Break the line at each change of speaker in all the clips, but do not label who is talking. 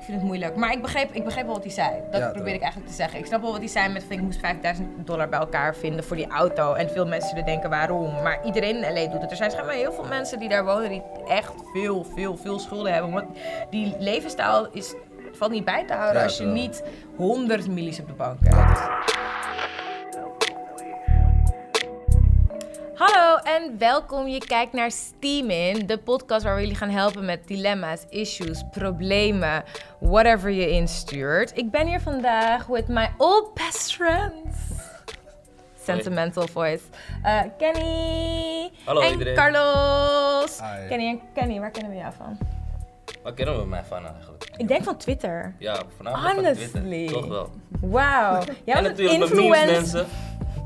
vind het moeilijk. Maar ik begreep, ik begreep wel wat hij zei. Dat
Ja,
probeer ik
toch?
eigenlijk te zeggen. Ik snap wel wat hij zei met van, ik moest 5000 dollar bij elkaar vinden voor die auto. En veel mensen zullen denken waarom. Maar iedereen in LA doet het. Er zijn schijnbaar heel veel mensen die daar wonen die echt veel, veel, veel schulden hebben. Want die levensstijl is, valt niet bij te houden
Ja,
als je
wel.
niet 100 millies op de bank hebt. Hallo en welkom. Je kijkt naar Steam In, de podcast waar we jullie gaan helpen met dilemma's, issues, problemen, whatever je instuurt. Ik ben hier vandaag with my old best friends. Sentimental voice. Eh, Kenny.
Hallo
en
iedereen.
Carlos.
Hi.
Kenny en Kenny, waar kennen we jou van?
Waar kennen we mij van eigenlijk?
Ik denk van Twitter.
Ja, voornamelijk van
Honestly.
Twitter. Toch wel.
Wauw. Jij was
en
een
natuurlijk bij memes
influencer.
mensen.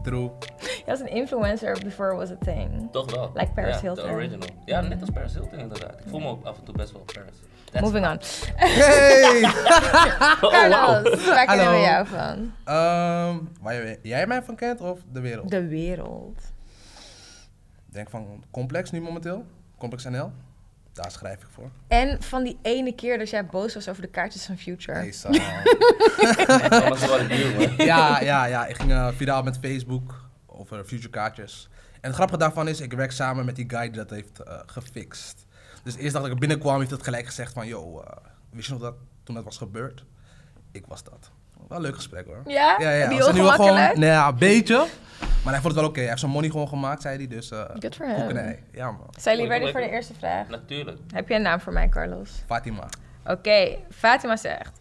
True.
Jij was een influencer before it was a thing.
Toch wel.
Like Paris
ja,
Hilton.
De original. Ja, net als Paris Hilton inderdaad. Ik voel me ook af en toe best wel Paris. That's-
Moving on.
Hey!
Oh, wow.
Carlos, waar kennen we
Hallo.
jou van?
Ehm, waar je- jij mij van kent of de wereld?
De wereld.
Ik denk van Complex nu momenteel. Complex NL. Daar schrijf ik voor.
En van die ene keer dat jij boos was over de kaartjes van Future.
Hey, Sam.
Anders word ik nieuw, man.
ja, ja, ja. Ik ging eh, viraal met Facebook over future kaartjes. En het grappige daarvan is, ik werk samen met die guy die dat heeft eh, gefixt. Dus eerst dat ik er binnenkwam, heeft het gelijk gezegd van... Yo, eh, wist je nog dat toen dat was gebeurd? Ik was dat. Wel een leuk gesprek hoor.
Ja? Heb je
We zijn nu wel
ongemakkelijk?
nee, ja, een beetje. Maar hij vond het wel oké. Hij heeft zijn money gewoon gemaakt, zei hij. Dus eh
Good for him.
koek en ei. Ja man.
Zijn jullie
Moet ik
ready
hem
voor de
even-
eerste vraag?
Natuurlijk.
Heb jij een naam voor mij, Carlos?
Fatima.
Oké, Fatima zegt...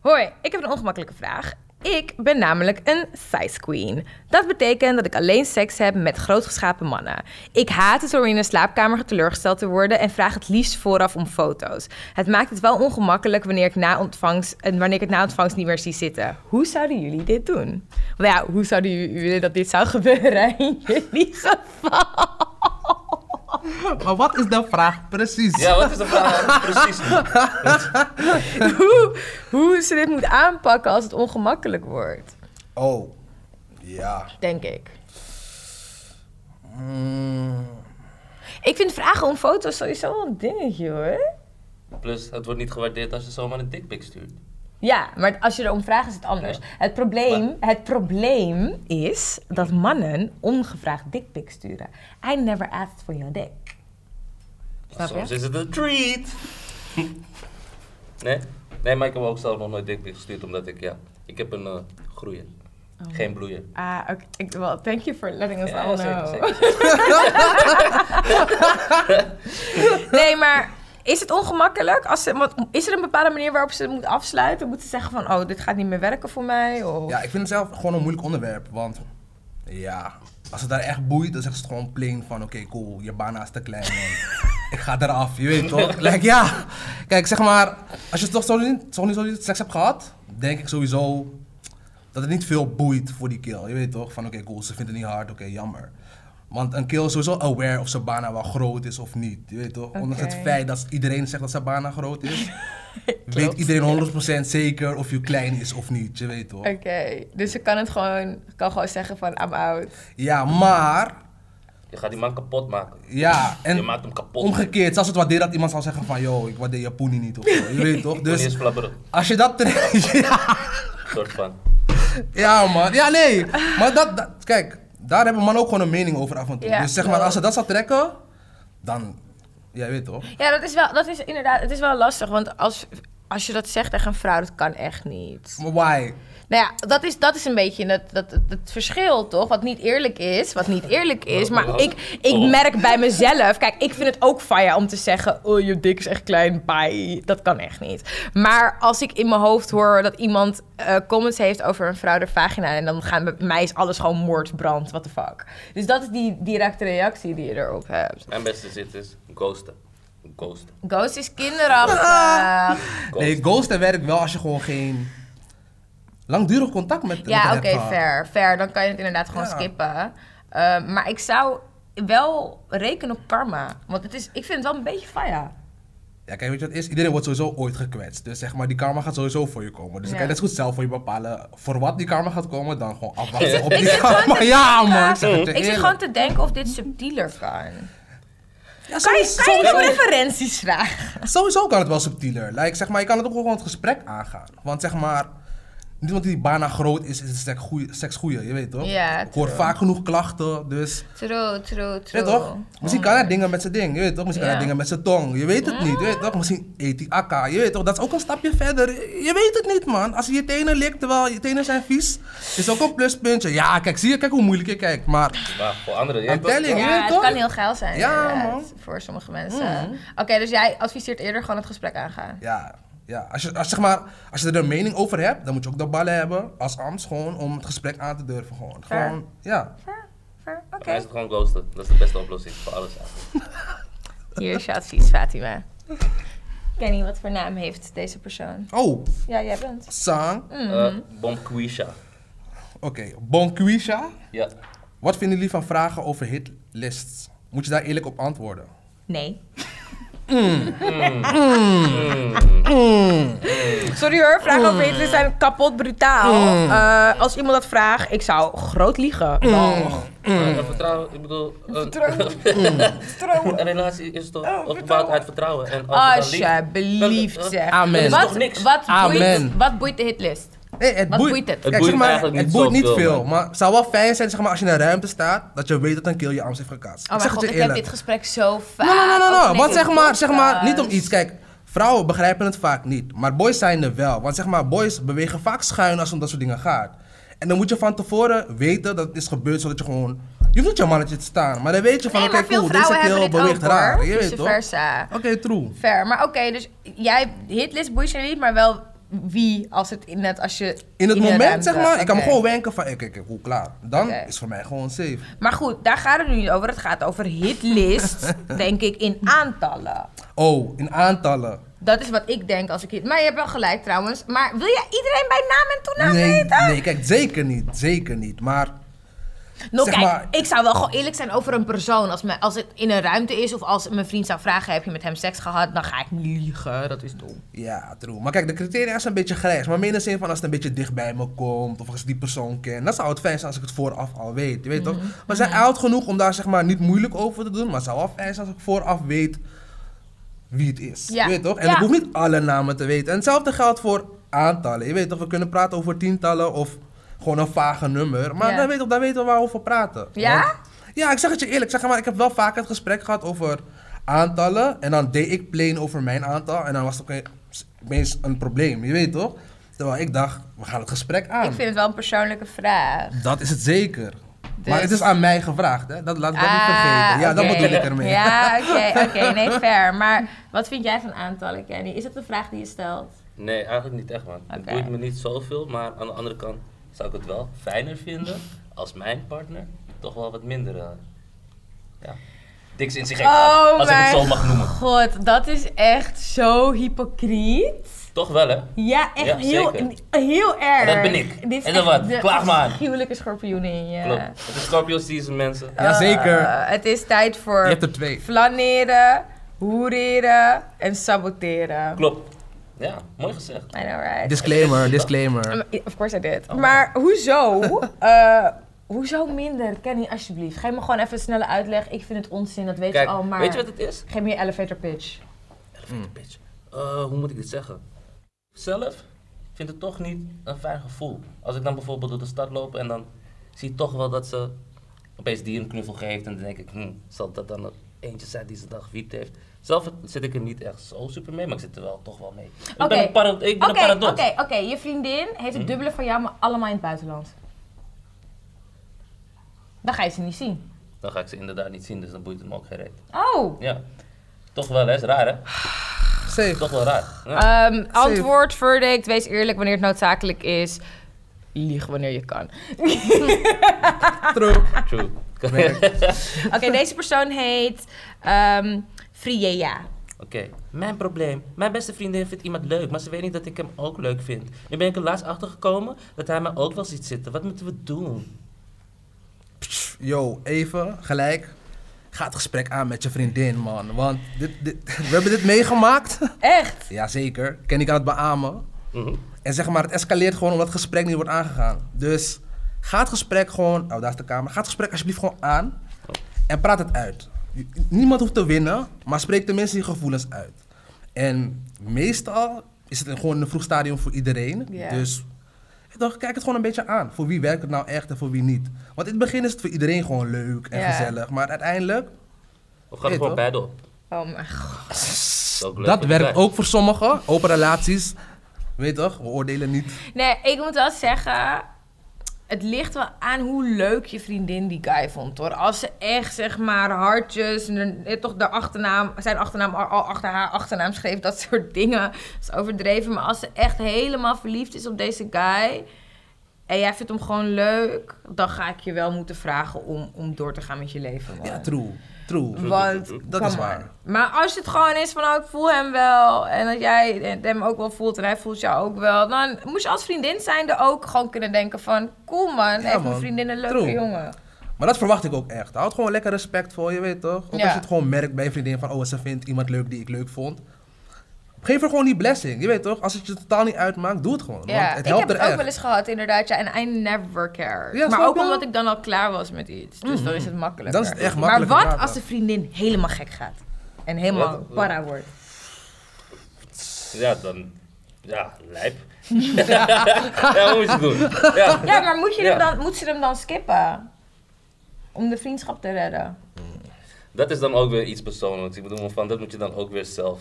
Hoi, ik heb een ongemakkelijke vraag. Ik ben namelijk een size queen. Dat betekent dat ik alleen seks heb met grootgeschapen mannen. Ik haat het om in een slaapkamer teleurgesteld te worden en vraag het liefst vooraf om foto's. Het maakt het wel ongemakkelijk wanneer ik, na ontvangst, en wanneer ik het na ontvangst niet meer zie zitten. Hoe zouden jullie dit doen? Nou ja, hoe zouden jullie dat dit zou gebeuren in jullie geval?
Maar wat is de vraag precies?
Ja, wat is de vraag precies?
hoe, hoe ze dit moet aanpakken als het ongemakkelijk wordt,
Oh. Ja.
denk ik.
Mm.
Ik vind vragen om foto's sowieso wel een dingetje hoor.
Plus, het wordt niet gewaardeerd als je zomaar een dickpic stuurt.
Ja, maar als je erom vraagt is het anders.
Ja.
Het, probleem, het probleem is dat mannen ongevraagd dickpics sturen. I never asked for your dick. Snap je?
Soms is het een treat. nee? Nee, maar ik heb ook zelf nog nooit dickpic gestuurd omdat ik, ja, ik heb een eh, groeier. Geen bloeier.
Ah, oké. Ik- Well, thank you for letting us
Ja,
all
zeker,
know.
zeker,
nee, maar is het ongemakkelijk? Als ze, want is er een bepaalde manier waarop ze het moet afsluiten? Moet ze zeggen van, oh, dit gaat niet meer werken voor mij? Of...
Ja, ik vind het zelf gewoon een moeilijk onderwerp. Want ja, als het daar echt boeit, dan zegt ze het gewoon plain van... Oké, cool, je bana is te klein. man. ik ga eraf, je weet toch? like, ja, kijk, zeg maar... Als je toch zo niet, zo niet, zo niet seks hebt gehad, denk ik sowieso... Dat het niet veel boeit voor die kill. Je weet toch? Van oké, cool, ze vindt het niet hard, oké, jammer. Want een kill is sowieso aware of zijn bana wel groot is of niet. Je weet toch? Ondanks het
Oké.
feit dat iedereen zegt dat zijn bana groot is, weet iedereen 100% zeker of je klein is of niet. Je weet toch?
Oké, dus ze kan het gewoon, kan gewoon zeggen van, I'm out.
Ja, maar.
Je gaat die man kapot maken.
Ja, en
Je maakt hem kapot.
omgekeerd, zelfs het waarderen dat iemand zou zeggen van, yo, ik waardeer je poenie niet of zo. Je weet toch?
Dus...
Dus
Eerst flabberen.
als je dat... ja,
soort van.
ja, man. Ja, nee. Maar dat, dat- Kijk, daar hebben mannen ook gewoon een mening over af en toe.
Ja,
dus zeg maar,
wel.
als ze dat zou trekken, dan... Jij weet toch?
Ja, dat is wel, dat is inderdaad, het is wel lastig, want als, als je dat zegt tegen een vrouw, dat kan echt niet.
Maar why?
Nou ja, dat is, dat is een beetje het, dat, het, het verschil, toch? Wat niet eerlijk is, wat niet eerlijk is. Maar ik, ik merk bij mezelf... Kijk, ik vind het ook fire om te zeggen... Oh, je dik is echt klein, bye. Dat kan echt niet. Maar als ik in mijn hoofd hoor dat iemand eh, comments heeft over een vrouw de vagina... en dan gaan bij mij is alles gewoon moordbrand, what the fuck. Dus dat is die directe reactie die je erop hebt.
Mijn beste zit is ghosten. Ghosten.
Ghost is kinderachtig.
Ghosten.
Nee, ghosten werkt wel als je gewoon geen langdurig contact met met
Ja,
haar
oké,
hebt gehad.
fair, fair. Dan kan je het inderdaad gewoon
Ja.
skippen. Eh, maar ik zou wel rekenen op karma. Want het is, ik vind het wel een beetje faya.
Ja, kijk, weet je wat het is? Iedereen wordt sowieso ooit gekwetst. Dus zeg maar, die karma gaat sowieso voor je komen. Dus
Ja.
dan kan je net zo goed zelf voor je bepalen voor wat die karma gaat komen, dan gewoon afwachten
Ik zit-
op
ik
die
zit gewoon
karma.
te
Ja,
denken.
man, ik zeg het je
Ik zit
eerlijk.
gewoon te denken of dit subtieler kan.
Ja,
Kan je,
sowieso-
kan je niet om
sowieso-
referenties vragen?
Sowieso kan het wel subtieler. Like, zeg maar, je kan het ook gewoon het gesprek aangaan. Want zeg maar, niet omdat die bana groot is, is het seks goeie, seks goeie, je weet toch?
Ja,
ik hoor
true.
vaak genoeg klachten, dus...
True, true,
Je weet toch? Misschien kan hij dingen met zijn ding, je weet toch? Misschien kan
Oh. Ja.
hij dingen met zijn tong, je weet het niet, je weet toch? Misschien eet hij akka, je weet toch? Dat is ook een stapje verder, je weet het niet man. Als hij je tenen likt terwijl je tenen zijn vies, is ook een pluspuntje. Ja, kijk, zie je, kijk hoe moeilijk je kijkt, maar...
Maar voor anderen...
I'm telling you.
Ja,
Ja,
het
toch?
kan heel geil zijn.
Ja,
inderdaad,
man. Mm.
Voor sommige mensen. Oké, dus jij adviseert eerder gewoon het gesprek aangaan.
Ja, ja. Als, je, als, zeg maar, als je er een mening over hebt, dan moet je ook de ballen hebben als amts gewoon om het gesprek aan te durven. Gewoon,
Fair.
gewoon ja.
Fair, fair, Oké.
Dan is het gewoon ghosten. Dat is de beste oplossing voor alles eigenlijk.
Hier is je advies, Fatima. Kenny, wat voor naam heeft deze persoon?
Oh,
Ja, jij bent.
Sang.
Eh, Bomkwisha.
Oké, Bonquisha.
Ja.
Wat vinden jullie van vragen over hitlists? Moet je daar eerlijk op antwoorden?
Nee. Sorry hoor, vragen over Hitler zijn kapot brutaal.
Mm.
Eh, als iemand dat vraagt, ik zou groot liegen. Wow.
Mm.
Maar dat vertrouwen, ik bedoel... Een, een relatie is toch opgebouwd uit vertrouwen. En als het dan liegt,
Alsjeblieft
dan-
zeg.
Amen.
Dat is toch
Wat,
niks?
wat, boeit,
Amen.
wat boeit de hitlist? Oh,
Nee, het
Wat boeit het?
Kijk,
Het boeit
zeg maar,
eigenlijk
het
niet
boeit niet
zoveel,
veel.
man.
Maar het zou wel fijn zijn zeg maar, als je in een ruimte staat, dat je weet dat een keel je arms heeft gekast.
Oh mijn
zeg
god,
het
ik
je
heb
eerlijk.
dit gesprek zo vaak.
Nee, nee, nee,
ook
nee.
in
Want
deze
zeg maar, zeg maar, niet om
podcast. eh.
iets. Kijk, vrouwen begrijpen het vaak niet. Maar boys zijn er wel. Want zeg maar, boys bewegen vaak schuin als het om dat soort dingen gaat. En dan moet je van tevoren weten dat het is gebeurd, zodat je gewoon... Je hoeft niet je mannetje te staan, maar dan weet je van,
Nee,
oké,
maar veel
cool, deze
vrouwen
keel
hebben dit ook
beweegt raar.
hoor.
Je weet
Vice
toch?
versa.
Oké, true.
Fair, maar oké, dus jij, hitlist boeit je niet, maar wel wie als het net als je...
In het
een
moment,
ruimte-
zeg maar, ik kan me
oké.
gewoon wenken van, oké, oké, cool, klaar. Dan
Oké.
is voor mij gewoon safe.
Maar goed, daar gaat het nu niet over. Het gaat over hitlist, denk ik, in aantallen.
Oh, in aantallen.
Dat is wat ik denk als ik hit... Maar je hebt wel gelijk trouwens. Maar wil jij iedereen bij naam en toenaam
Nee,
weten?
nee, kijk, zeker niet, zeker niet. Maar
Nou,
Zeg
kijk,
maar-
ik zou wel gewoon eerlijk zijn over een persoon. Als, me, als het in een ruimte is of als mijn vriend zou vragen: heb je met hem seks gehad? Dan ga ik niet liegen. Dat is dom.
Ja, true. Maar kijk, de criteria is een beetje grijs. Maar meer in de zin van als het een beetje dicht bij me komt, of als ik die persoon ken, dan zou het fijn zijn als ik het vooraf al weet. Je weet
Mhm.
toch? We zijn oud genoeg om daar zeg maar niet moeilijk over te doen, maar het zou wel fijn zijn als ik vooraf weet wie het is.
Ja.
Je weet toch? En
Ja.
ik hoef niet alle namen te weten. En hetzelfde geldt voor aantallen. Je weet toch, we kunnen praten over tientallen of gewoon een vage nummer. Maar
Ja.
dan, weet toch, dan weten we waar we over praten.
Ja?
Want- ja, ik zeg het je eerlijk. Zeg maar, ik heb wel vaak het gesprek gehad over aantallen. En dan deed ik plain over mijn aantal. En dan was het oké, opeens een probleem. Je weet toch? Terwijl ik dacht, we gaan het gesprek aan.
Ik vind het wel een persoonlijke vraag.
Dat is het zeker. Maar
Dus- Ah,
het is aan mij gevraagd, hè? Dat laat ik dat niet vergeten. Ja, dat
oké.
bedoel ik ermee.
Ja, oké, oké. Nee, fair. Maar wat vind jij van aantallen, Kenny? Is dat een vraag die je stelt?
Nee, eigenlijk niet echt, man. Het
Oké.
boeit me niet zoveel, maar aan de andere kant zou ik het wel fijner vinden als mijn partner toch wel wat minder. eh, ja. Diks in zich heeft, gehad, als ik het zo mag noemen.
Oh god, dat is echt zo hypocriet.
Toch wel, hè?
Ja, echt
Ja,
heel,
zeker.
heel erg.
En dat ben ik.
Dit is
En dan
echt
wat?
de
Klaag maar.
afschuwelijke schorpioen in je.
Klopt. Het is Scorpio season, mensen.
Jazeker.
Eh, het is tijd voor
Je hebt er twee.
flaneren, hoereren en saboteren.
Klopt. Ja, mooi gezegd.
I know, right?
Disclaimer, disclaimer.
Um, Of course I did.
Oh.
maar hoezo? eh, hoezo minder? Kenny, alsjeblieft. Geef me gewoon even een snelle uitleg. Ik vind het onzin, dat weet
Kijk,
je al. Maar
weet je wat het is?
geef me je elevator pitch.
Bitch. Eh, hoe moet ik dit zeggen? Zelf vind het toch niet een fijn gevoel. Als ik dan bijvoorbeeld door de stad loop en dan zie ik toch wel dat ze opeens die een knuffel geeft. En dan denk ik, hm, zal dat dan er eentje zijn die ze dan gewiet heeft? Zelf zit ik er niet echt zo super mee, maar ik zit er wel toch wel mee. Ik ben een, para- ik ben
Oké,
een paradox. Hm?
Oké, oké. je vriendin heeft het dubbele van jou, maar allemaal in het buitenland. Dan ga je ze niet zien.
Dan ga ik ze inderdaad niet zien, dus dan boeit het me ook geen reet.
Oh!
Ja. Toch wel, hè? Is raar, hè?
Safe.
Toch wel raar. Ja.
Ehm, antwoord, verdict, wees eerlijk wanneer het noodzakelijk is. Lieg wanneer je kan.
True.
True.
Oké, deze persoon heet ehm Friea.
Oké, mijn probleem. Mijn beste vriendin vindt iemand leuk, maar ze weet niet dat ik hem ook leuk vind. Nu ben ik er laatst achter gekomen dat hij mij ook wel ziet zitten. Wat moeten we doen?
Yo, even, gelijk. Ga het gesprek aan met je vriendin, man. Want dit, dit, we hebben dit meegemaakt.
Echt?
Jazeker. Ken ik aan het beamen.
Mhm.
En zeg maar, het escaleert gewoon omdat het gesprek niet wordt aangegaan. Dus ga het gesprek gewoon. Oh, daar is de camera. Ga het gesprek alsjeblieft gewoon aan. En praat het uit. niemand hoeft te winnen, maar spreek tenminste je gevoelens uit. En meestal is het een- gewoon een vroeg stadium voor iedereen.
Ja.
Dus ik dacht, kijk het gewoon een beetje aan. Voor wie werkt het nou echt en voor wie niet. Want in het begin is het voor iedereen gewoon leuk en
Ja.
gezellig. Maar uiteindelijk,
Of
Ja,
gaat het
toch?
gewoon beide op?
Oh mijn god.
ook leuk voor
dat
de
werkt
prijs.
ook voor sommigen. Open relaties. Weet toch, we oordelen niet.
Nee, ik moet wel zeggen. Het ligt wel aan hoe leuk je vriendin die guy vond, hoor. Als ze echt, zeg maar, hartjes en er- eh, toch de achternaam, zijn achternaam al al achter haar achternaam schreef, dat soort dingen. Dat is overdreven. Maar als ze echt helemaal verliefd is op deze guy en jij vindt hem gewoon leuk, dan ga ik je wel moeten vragen om, om door te gaan met je leven. man.
Ja, true. True.
Want,
Dat is
come on.
waar.
Maar als het gewoon is van, oh, ik voel hem wel. En dat jij hem ook wel voelt en hij voelt jou ook wel. Dan moet je als vriendin zijnde ook gewoon kunnen denken van... Cool man, heeft mijn
man.
vriendin een leuke
True.
jongen.
Maar dat verwacht ik ook echt. Houd gewoon lekker respect voor, je weet toch? Ook
Ja.
als je het gewoon merkt bij je vriendin van, oh, ze vindt iemand leuk die ik leuk vond. Geef haar gewoon die blessing, je weet toch? Als het je totaal niet uitmaakt, doe het gewoon.
Ja,
want het
ik
helpt
heb het
er
ook
echt.
wel eens gehad inderdaad. Ja, en I never cared.
Ja,
maar
snap
ook
je? Mm-hmm.
omdat ik dan al klaar was met iets. Dus dan is het makkelijker.
Dan is het echt makkelijker,
Maar wat als
inderdaad.
de vriendin helemaal gek gaat? En helemaal
Wat?
para wordt?
Ja, dan... Ja, lijp. ja, wat moet je doen? Ja.
Ja, maar moet, je hem
Ja.
dan, moet ze hem dan skippen? Om de vriendschap te redden.
Dat is dan ook weer iets persoonlijks. Ik bedoel, van dat moet je dan ook weer zelf...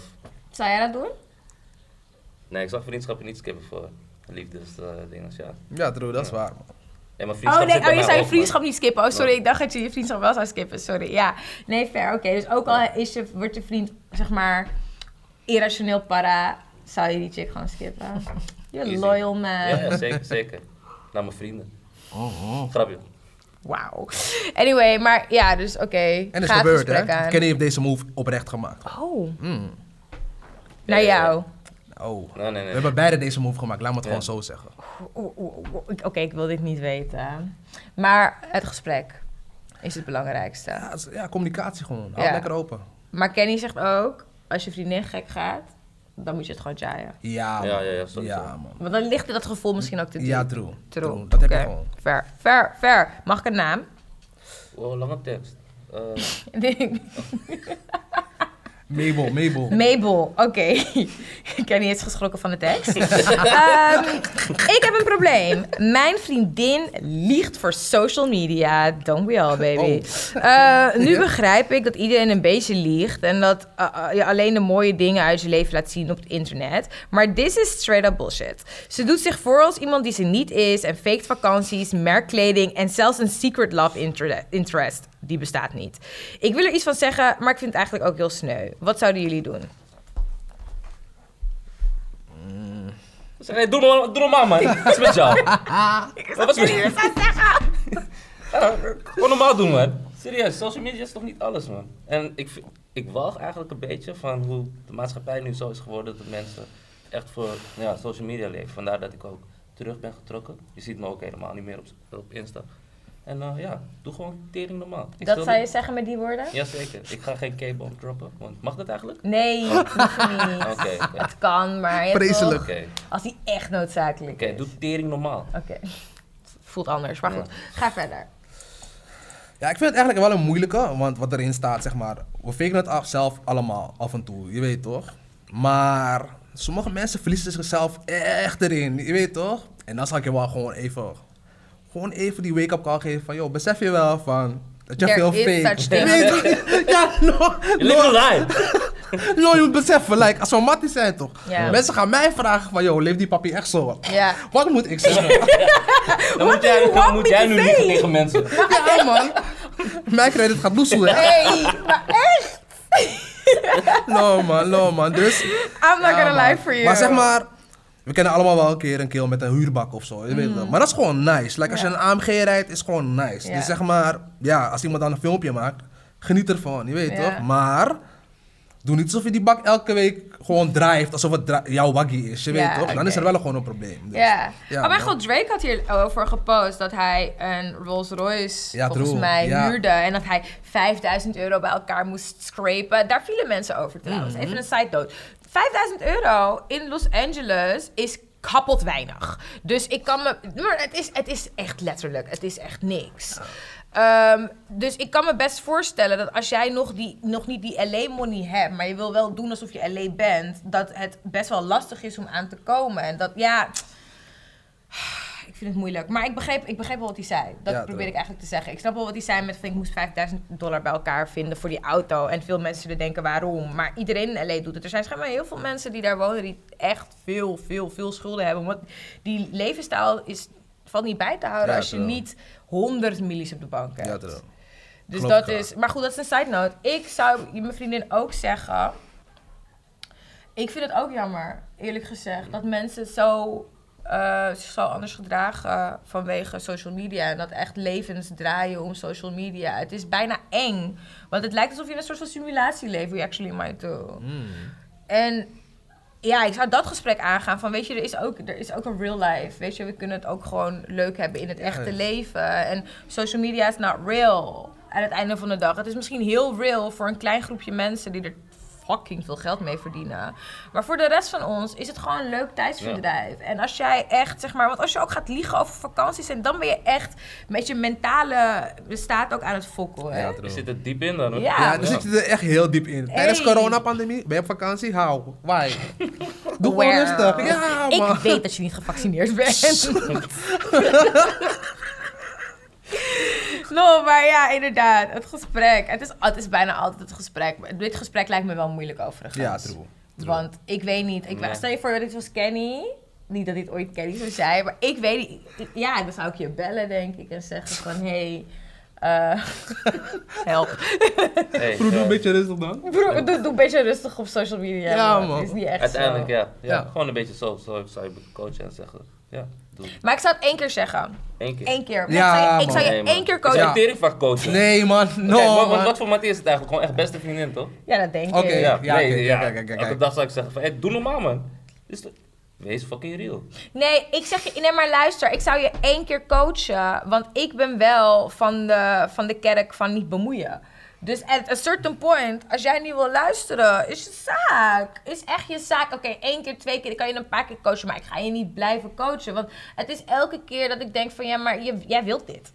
Zou jij dat doen?
Nee, ik zag vriendschappen niet skippen voor liefdesdingen, ja.
Ja, true, dat is waar. Man.
Nee, maar
Oh
vriendschap
nee,
zit
oh,
bij
je
mij
zou je
ook,
vriendschap niet skippen. Oh sorry,
Ja.
ik dacht dat je je vriendschap wel zou skippen. Sorry, ja. Nee, fair, oké. Dus ook al is je, wordt je vriend, zeg maar, irrationeel para, zou je die chick gewoon skippen. Je
Easy.
loyal man.
man. Ja, ja, zeker, zeker. Naar mijn vrienden.
Oh,
Grapje.
Wauw. Anyway, maar ja, dus oké. Ga
En het
het
is gebeurd,
gesprek
hè?
aan.
Kenny heeft deze move oprecht gemaakt.
Oh.
Ja,
Naar
ja, ja.
jou.
Oh.
Eh, Nee, nee,
We
nee.
hebben beide deze move gemaakt, laat me het
Ja.
gewoon zo zeggen.
Oeh, oeh, oeh, oeh. Ik- Oké, ik wil dit niet weten. Maar het gesprek is het belangrijkste.
Ja, het is- ja communicatie gewoon. Houd
Ja.
lekker open.
Maar Kenny zegt ook, als je vriendin gek gaat, dan moet je het gewoon jaaien.
Ja, man.
Ja, ja, ja, sowieso.
Ja, man.
Want dan ligt er dat gevoel misschien ook te diep.
Ja, true.
True.
True, Dat heb je
Oké.
gewoon.
Fair, fair, fair. Mag ik een naam?
Oh, lange tekst. Eh,
Oh. Mabel, Mabel.
Mabel, oké. ik ken niet eens geschrokken van de tekst. Ehm, ik heb een probleem. Mijn vriendin liegt voor social media. Don't we all, baby. Eh, nu begrijp ik dat iedereen een beetje liegt. En dat eh, eh, je alleen de mooie dingen uit je leven laat zien op het internet. Maar this is straight up bullshit. Ze doet zich voor als iemand die ze niet is. En faked vakanties, merkkleding en zelfs een secret love inter- interest. Die bestaat niet. Ik wil er iets van zeggen, maar ik vind het eigenlijk ook heel sneu. Wat zouden jullie doen?
Zeg, hey, doe, normaal- doe normaal, man. Wat is met jou? Wat is met jou? Gewoon normaal doen, man. Serieus, social media is toch niet alles, man. En ik, vind- ik walg eigenlijk een beetje van hoe de maatschappij nu zo is geworden dat mensen echt voor ja, social media leven. Vandaar dat ik ook terug ben getrokken. Je ziet me ook helemaal niet meer op, op Insta. En eh, ja, doe gewoon tering normaal. Ik
Dat
stel
zou je
niet-
zeggen met die woorden?
Jazeker, ik ga geen K-bomb droppen, want mag dat eigenlijk?
Nee, dat hoeft niet.
Oké, oké.
Het kan, maar je hebt
Vreselijk.
toch-
Oké,
als die echt noodzakelijk
Oké,
is.
doe tering normaal.
Oké. Voelt anders, maar goed. Ga verder.
Ja, ik vind het eigenlijk wel een moeilijke, want wat erin staat, zeg maar, we faken het af- zelf allemaal af en toe, je weet toch? Maar sommige mensen verliezen zichzelf echt erin, je weet toch? En dan zal ik je wel gewoon even, gewoon even die wake-up call geven van, joh, besef je wel van dat je
There
veel
is
fake.
such
Je
thing.
weet toch? Ja, no,
Je leeft
no,
een lie!
no, je moet beseffen, like, als we matties zijn toch?
Ja.
Mensen gaan mij vragen van, joh, leeft die papi echt zo?
Ja.
Wat moet ik zeggen?
Dan moet
do you
jij,
want
dan moet
me
jij
to
nu
say?
liegen tegen mensen.
ja, man. Mijn credit gaat loesoe, hè?
Hey, maar echt?
No, man, no, man. Dus...
I'm not
Ja,
gonna
man.
lie for you.
Maar zeg maar, we kennen allemaal wel een keer een keel met een huurbak of zo. Je weet het wel. Maar dat is gewoon nice. Like, als je
Mm. Ja.
een AMG rijdt, is gewoon nice.
Ja.
Dus zeg maar, ja, als iemand dan een filmpje maakt, geniet ervan, je weet
Ja.
toch? Maar, doe niet alsof je die bak elke week gewoon drijft, alsof het dra- jouw waggie is, je
Ja,
weet toch? Dan is er
oké.
wel gewoon een probleem. Dus,
Ja.
ja,
oh mijn
man.
god, Drake had hierover gepost dat hij een Rolls Royce
Ja,
volgens
true.
mij
Ja.
huurde. En dat hij 5000 euro bij elkaar moest scrapen. Daar vielen mensen over trouwens.
Mhm.
Even een side note. 5000 euro in Los Angeles is kappeld weinig. Dus ik kan me... Maar het is, het is echt letterlijk. Het is echt niks. Ehm, dus ik kan me best voorstellen dat als jij nog, die, nog niet die LA-money hebt, maar je wil wel doen alsof je LA bent, dat het best wel lastig is om aan te komen. En dat, ja, Ah, ik vind het moeilijk. Maar ik begreep, ik begreep wel wat hij zei. Dat
Ja,
probeer ik
toch?
eigenlijk te zeggen. Ik snap wel wat hij zei met van, ik moest 5000 dollar bij elkaar vinden voor die auto. En veel mensen zullen denken waarom. Maar iedereen in LA doet het. Er zijn schijnbaar heel veel mensen die daar wonen die echt veel, veel, veel schulden hebben. Want die levensstijl is, valt niet bij te houden
Ja,
als je
toch?
niet 100 millies op de bank hebt.
Ja, toch.
Dus
Klopt,
dat
ja.
is. Maar goed, dat is een side note. Ik zou mijn vriendin ook zeggen. Ik vind het ook jammer, eerlijk gezegd, dat mensen zo eh, zich zo anders gedragen vanwege social media. En dat echt levens draaien om social media. Het is bijna eng. Want het lijkt alsof je in een soort van simulatie leeft, we actually might do. En ja, ik zou dat gesprek aangaan van, weet je, er is ook, er is ook een real life. Weet je, we kunnen het ook gewoon leuk hebben in het echte
Juist.
leven. En social media is not real aan het einde van de dag. Het is misschien heel real voor een klein groepje mensen die er fucking veel geld mee verdienen. Maar voor de rest van ons is het gewoon een leuk tijdsverdrijf. En als jij echt, zeg maar, want als je ook gaat liegen over vakanties... en dan ben je echt met je mentale staat ook aan het fokken, hè?
Ja,
Je
toch.
zit er diep in dan hoor.
Ja.
Ja, daar zit je er echt heel diep in. Tijdens
Hey.
coronapandemie, ben je op vakantie? Hou, waai. Doe gewoon
Wow.
rustig. Ja, man.
Ik weet dat je niet gevaccineerd bent. no, maar ja, inderdaad. Het gesprek. Het is, het is bijna altijd het gesprek. Maar Dit gesprek lijkt me wel moeilijk overigens.
Ja, true.
Want ik weet niet. Ik,
Nee.
Stel je voor dat ik was Kenny. Niet dat dit ooit Kenny zou zijn, maar ik weet niet. Ja, dan zou ik je bellen, denk ik. En zeggen van, hé, hey, eh, help.
Hey, eh,
Broer, doe
ja.
een beetje rustig dan.
Bro, doe, doe een beetje rustig op social media.
Ja,
man.
man.
Het is niet echt
Uiteindelijk,
zo.
ja, ja.
Ja.
Gewoon een beetje zo, zo zou je moeten coachen en zeggen. Ja, doe het.
Maar ik zou het één keer zeggen.
Eén keer.
Eén keer.
Ja,
ik zou je, ik
man.
zou je
Nee, man.
één keer
Ik zou
coachen.
Ja.
teringvak coachen.
Nee, man. No,
Kijk, wat, wat,
man.
wat voor Mathieu is het eigenlijk? Gewoon echt beste vriendin, toch?
Ja, dat denk
Oké.
ik.
Ja, ja,
nee,
oké,
ja.
kijk, kijk, kijk,
Elke
kijk.
dag zou ik zeggen van, hey, doe normaal man. Dus, dat- wees fucking real.
Nee, ik zeg je, nee, maar luister, ik zou je één keer coachen. Want ik ben wel van de, van de kerk van niet bemoeien. Dus at a certain point, als jij niet wil luisteren, is je zaak. Is echt je zaak. Oké, één keer, twee keer, ik kan je een paar keer coachen, maar ik ga je niet blijven coachen. Want het is elke keer dat ik denk van, ja, maar je, jij wilt dit.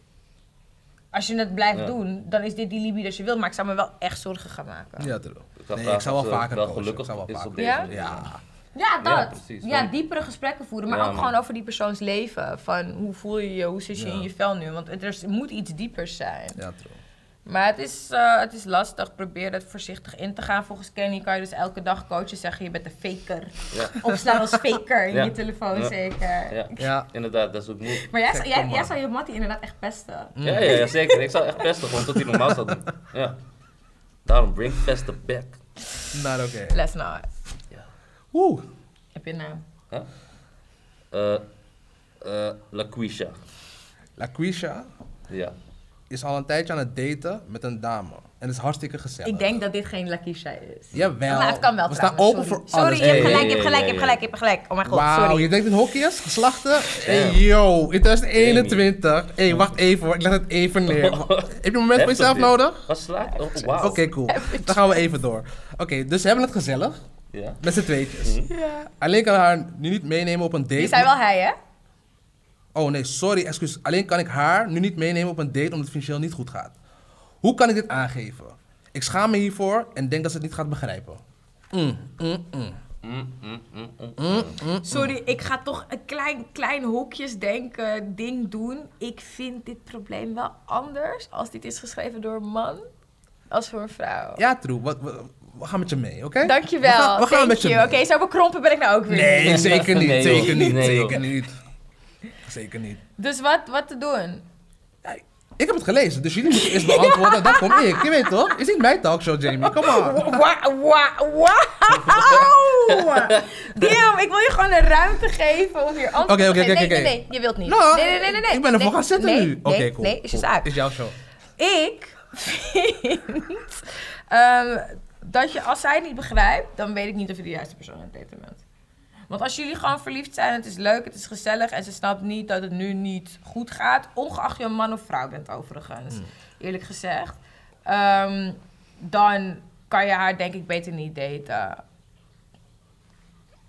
Als je het blijft
Ja.
doen, dan is dit die libido dat je wil. Maar ik zou me wel echt zorgen gaan maken.
Ja, true. Nee,
zou vragen
ik zou
of
wel
ze
vaker
wel
coachen.
gelukkig
ik zou wel
is op
vaker.
deze
Ja?
manier.
Ja.
Ja, dat. Ja,
Ja, precies, want-
diepere gesprekken voeren. Maar
Ja,
ook
man.
gewoon over die persoons leven. Van hoe voel je je, hoe zit je
Ja.
in je vel nu? Want het, er is- moet iets diepers zijn.
Ja, true.
Maar het is, eh, het is lastig. Probeer dat voorzichtig in te gaan. Volgens Kenny kan je dus elke dag coachen zeggen: je bent een faker.
Ja.
Opslaan als faker in
Ja.
je telefoon
Ja.
zeker.
Ja,
Ja.
inderdaad, dat is ook moeilijk.
Maar jij, zou- jij,
kom
jij
maar.
zou je mattie inderdaad echt pesten.
Ja, ja, ja, zeker. Ik zou echt pesten, gewoon tot hij normaal zou doen. Ja. Daarom, bring pesten back.
Nou, oké.
Let's not.
Oeh.
Heb je een naam?
Huh? Eh eh LaQuisha.
LaQuisha
Ja.
is al een tijdje aan het daten met een dame. En het is hartstikke gezellig.
Ik denk dat dit geen Lakisha is.
Jawel.
Maar het kan wel.
We staan
trouwens,
open
sorry.
voor alles.
Sorry, je hebt
Hey,
gelijk, je hebt
hey,
gelijk, je
hey,
hebt gelijk, je hebt gelijk. Oh mijn god,
Wauw,
sorry.
je denkt in hokjes, geslachten? Hey, yo, in 2021. hey, wacht even hoor, ik leg het even neer. Heb je een moment voor
Heftig
jezelf
dit.
nodig?
Wat slaat? Oh, wauw.
Oké, cool. Dan gaan we even door. Oké, dus ze hebben het gezellig,
Ja.
met z'n tweetjes. Alleen kan ik haar nu niet meenemen op een date.
Die zijn wel hij, hè?
Oh nee, sorry, excuus. Alleen kan ik haar nu niet meenemen op een date omdat het financieel niet goed gaat. Hoe kan ik dit aangeven? Ik schaam me hiervoor en denk dat ze het niet gaat begrijpen. Mm, mm, mm.
Mm, mm, mm, mm.
Sorry, ik ga toch een klein, klein hokjes denken ding doen. Ik vind dit probleem wel anders als dit is geschreven door een man als voor een vrouw.
Ja, True, wat, we, we gaan met je mee, oké?
Dankjewel.
We gaan, we gaan
Thank
met je
you.
mee.
Oké, zo bekrompen ben ik nou ook weer. niet.
Nee, zeker niet.
Nee, joh.
zeker niet.
Nee, joh.
zeker niet. Zeker niet.
Dus wat, wat te doen?
Ja, ik heb het gelezen, dus jullie moeten eerst beantwoorden. Dan kom ik. Je weet toch? Is niet mijn talkshow, Jamie. Come on.
Wauw! Wow! Damn, ik wil je gewoon een ruimte geven om hier antwoord
Oké,
te
oké,
geven. Nee,
oké,
nee,
oké.
nee, je wilt niet.
Nou,
nee, nee, nee, nee, nee.
Ik ben ervoor
Nee,
gaan zitten
nee,
nu.
Nee,
Oké, cool.
Nee, is je
cool.
zaak.
Is jouw show.
Ik vind ehm, dat je als zij het niet begrijpt, dan weet ik niet of je de juiste persoon aan het daten bent. Want als jullie gewoon verliefd zijn, het is leuk, het is gezellig en ze snapt niet dat het nu niet goed gaat, ongeacht je een man of vrouw bent overigens, eerlijk gezegd, ehm, dan kan je haar denk ik beter niet daten.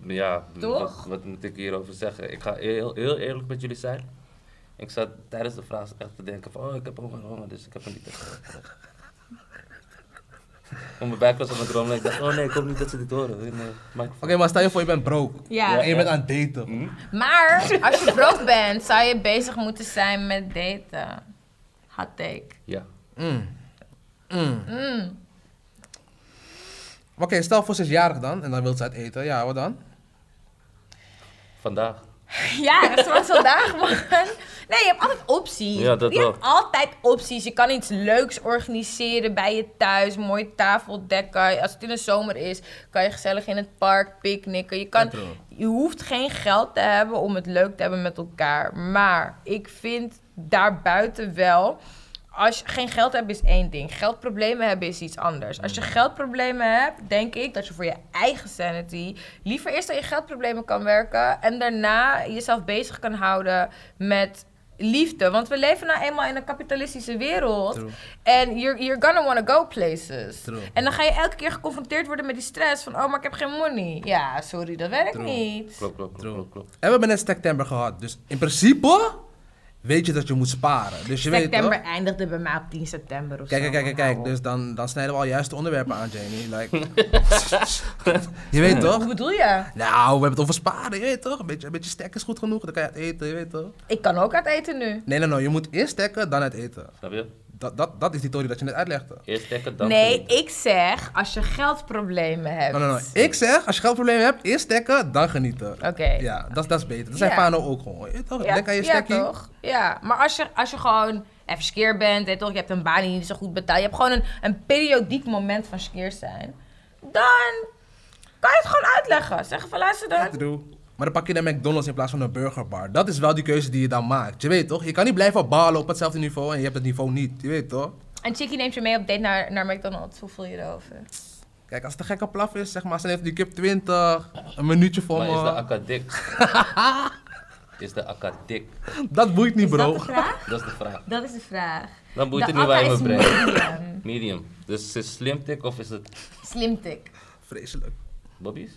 Ja,
Toch?
Wat, wat moet ik hierover zeggen? Ik ga heel, heel eerlijk met jullie zijn. Ik zat tijdens de vraag echt te denken van, oh, ik heb honger, honger, dus ik heb een liter. Om mijn buik was aan mijn droom en ik dacht, oh nee, ik hoop niet dat ze dit horen. in de microfoon.
Oké, maar stel je voor je bent broke.
Ja.
En je bent aan het daten.
Maar als je broke bent, zou je bezig moeten zijn met daten. Hot take.
Ja.
Oké, stel voor ze is jarig dan en dan wil ze uit eten. Ja, wat dan?
Vandaag.
Ja, dat is vandaag, man. Nee, je hebt altijd opties.
Ja, dat
je
wel.
hebt altijd opties. Je kan iets leuks organiseren bij je thuis. Mooi tafeldekken. Als het in de zomer is, kan je gezellig in het park picknicken. Je, kan,
Intro.
je hoeft geen geld te hebben om het leuk te hebben met elkaar. Maar ik vind daarbuiten wel... Als je geen geld hebt, is één ding. Geldproblemen hebben is iets anders. Als je
Mm.
geldproblemen hebt, denk ik dat je voor je eigen sanity liever eerst aan je geldproblemen kan werken. En daarna jezelf bezig kan houden met liefde. Want we leven nou eenmaal in een kapitalistische wereld.
True.
En you're, you're gonna wanna go places.
True.
En dan ga je elke keer geconfronteerd worden met die stress van: oh, maar ik heb geen money. Ja, sorry, dat werkt niet.
Klopt, klopt, klopt,
True.
klopt, klopt.
En we hebben net September gehad. Dus in principe weet je dat je moet sparen. Dus je weet
September
toch?
eindigde bij mij op 10 september of
Kijk,
zo. Oh.
kijk, kijk, kijk. Dus dan, dan snijden we al juist de onderwerpen aan, Jamie. Like, je weet toch?
Hoe bedoel je?
Nou, we hebben het over sparen, je weet toch? Een beetje, een beetje stek is goed genoeg, dan kan je uit eten, je weet toch?
Ik kan ook uit eten nu.
Nee, nee, nee, je moet eerst stekken, dan uit eten.
Snap je?
Dat, dat, dat is die theorie dat je net uitlegde.
Eerst lekker, dan
nee,
genieten.
ik zeg als je geldproblemen hebt.
Nee, nee, nee. Ik zeg, als je geldproblemen hebt, eerst stekken, dan genieten.
Oké.
Ja, dat, dat is beter. Dat zijn
Ja.
Fano ook gewoon. Je weet toch? Denk aan je stekkie.
Ja, toch? Ja, maar als je, als je gewoon even skeer bent, weet toch, je hebt een baan die niet zo goed betaalt, je hebt gewoon een, een periodiek moment van skeer zijn, dan kan je het gewoon uitleggen. Zeggen van luister dan.
True. Maar dan pak je de McDonald's in plaats van een burgerbar. Dat is wel die keuze die je dan maakt. Je weet toch? Je kan niet blijven balen op hetzelfde niveau en je hebt het niveau niet. Je weet toch?
En Chickie neemt je mee op date naar, naar McDonald's. Hoe voel je erover?
Kijk, als het een gekke plaf is, zeg maar, ze heeft die kip 20, een minuutje voor
Maar is de
me.
akka dik? is de akka dik?
Dat boeit niet,
Is dat
bro.
de vraag?
Dat is de vraag.
Dat is de vraag.
Dan boeit
De
het niet waar je
akker
me
is
brengt.
medium.
Medium. Dus is het slim tik of is het
Slim tik.
Vreselijk.
Bobby's?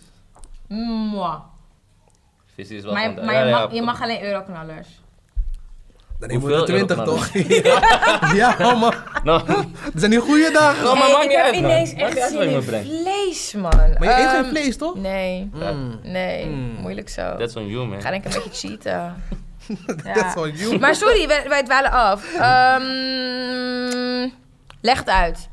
Mwah.
Visie is wel
Maar,
van de-
maar
ja,
je,
ja,
mag, je mag alleen euroknallers.
Dan nemen we de
Hoeveel
20
euro
toch? ja, ja, man.
Nou,
Het zijn die goede dagen.
Oh, maar
Hey,
maakt
ik
niet
heb
uit, man.
ineens
Maakt niet
echt
uit waar
zin
je
in
me brengt.
vlees, man.
Maar je eet geen
Ehm,
vlees, toch?
Nee,
Mm.
nee, moeilijk zo.
that's on you,
Ik ga
man.
denk ik een beetje cheaten. Ja.
That's on you.
Maar sorry, wij, wij dwalen af. Ehm, leg het uit.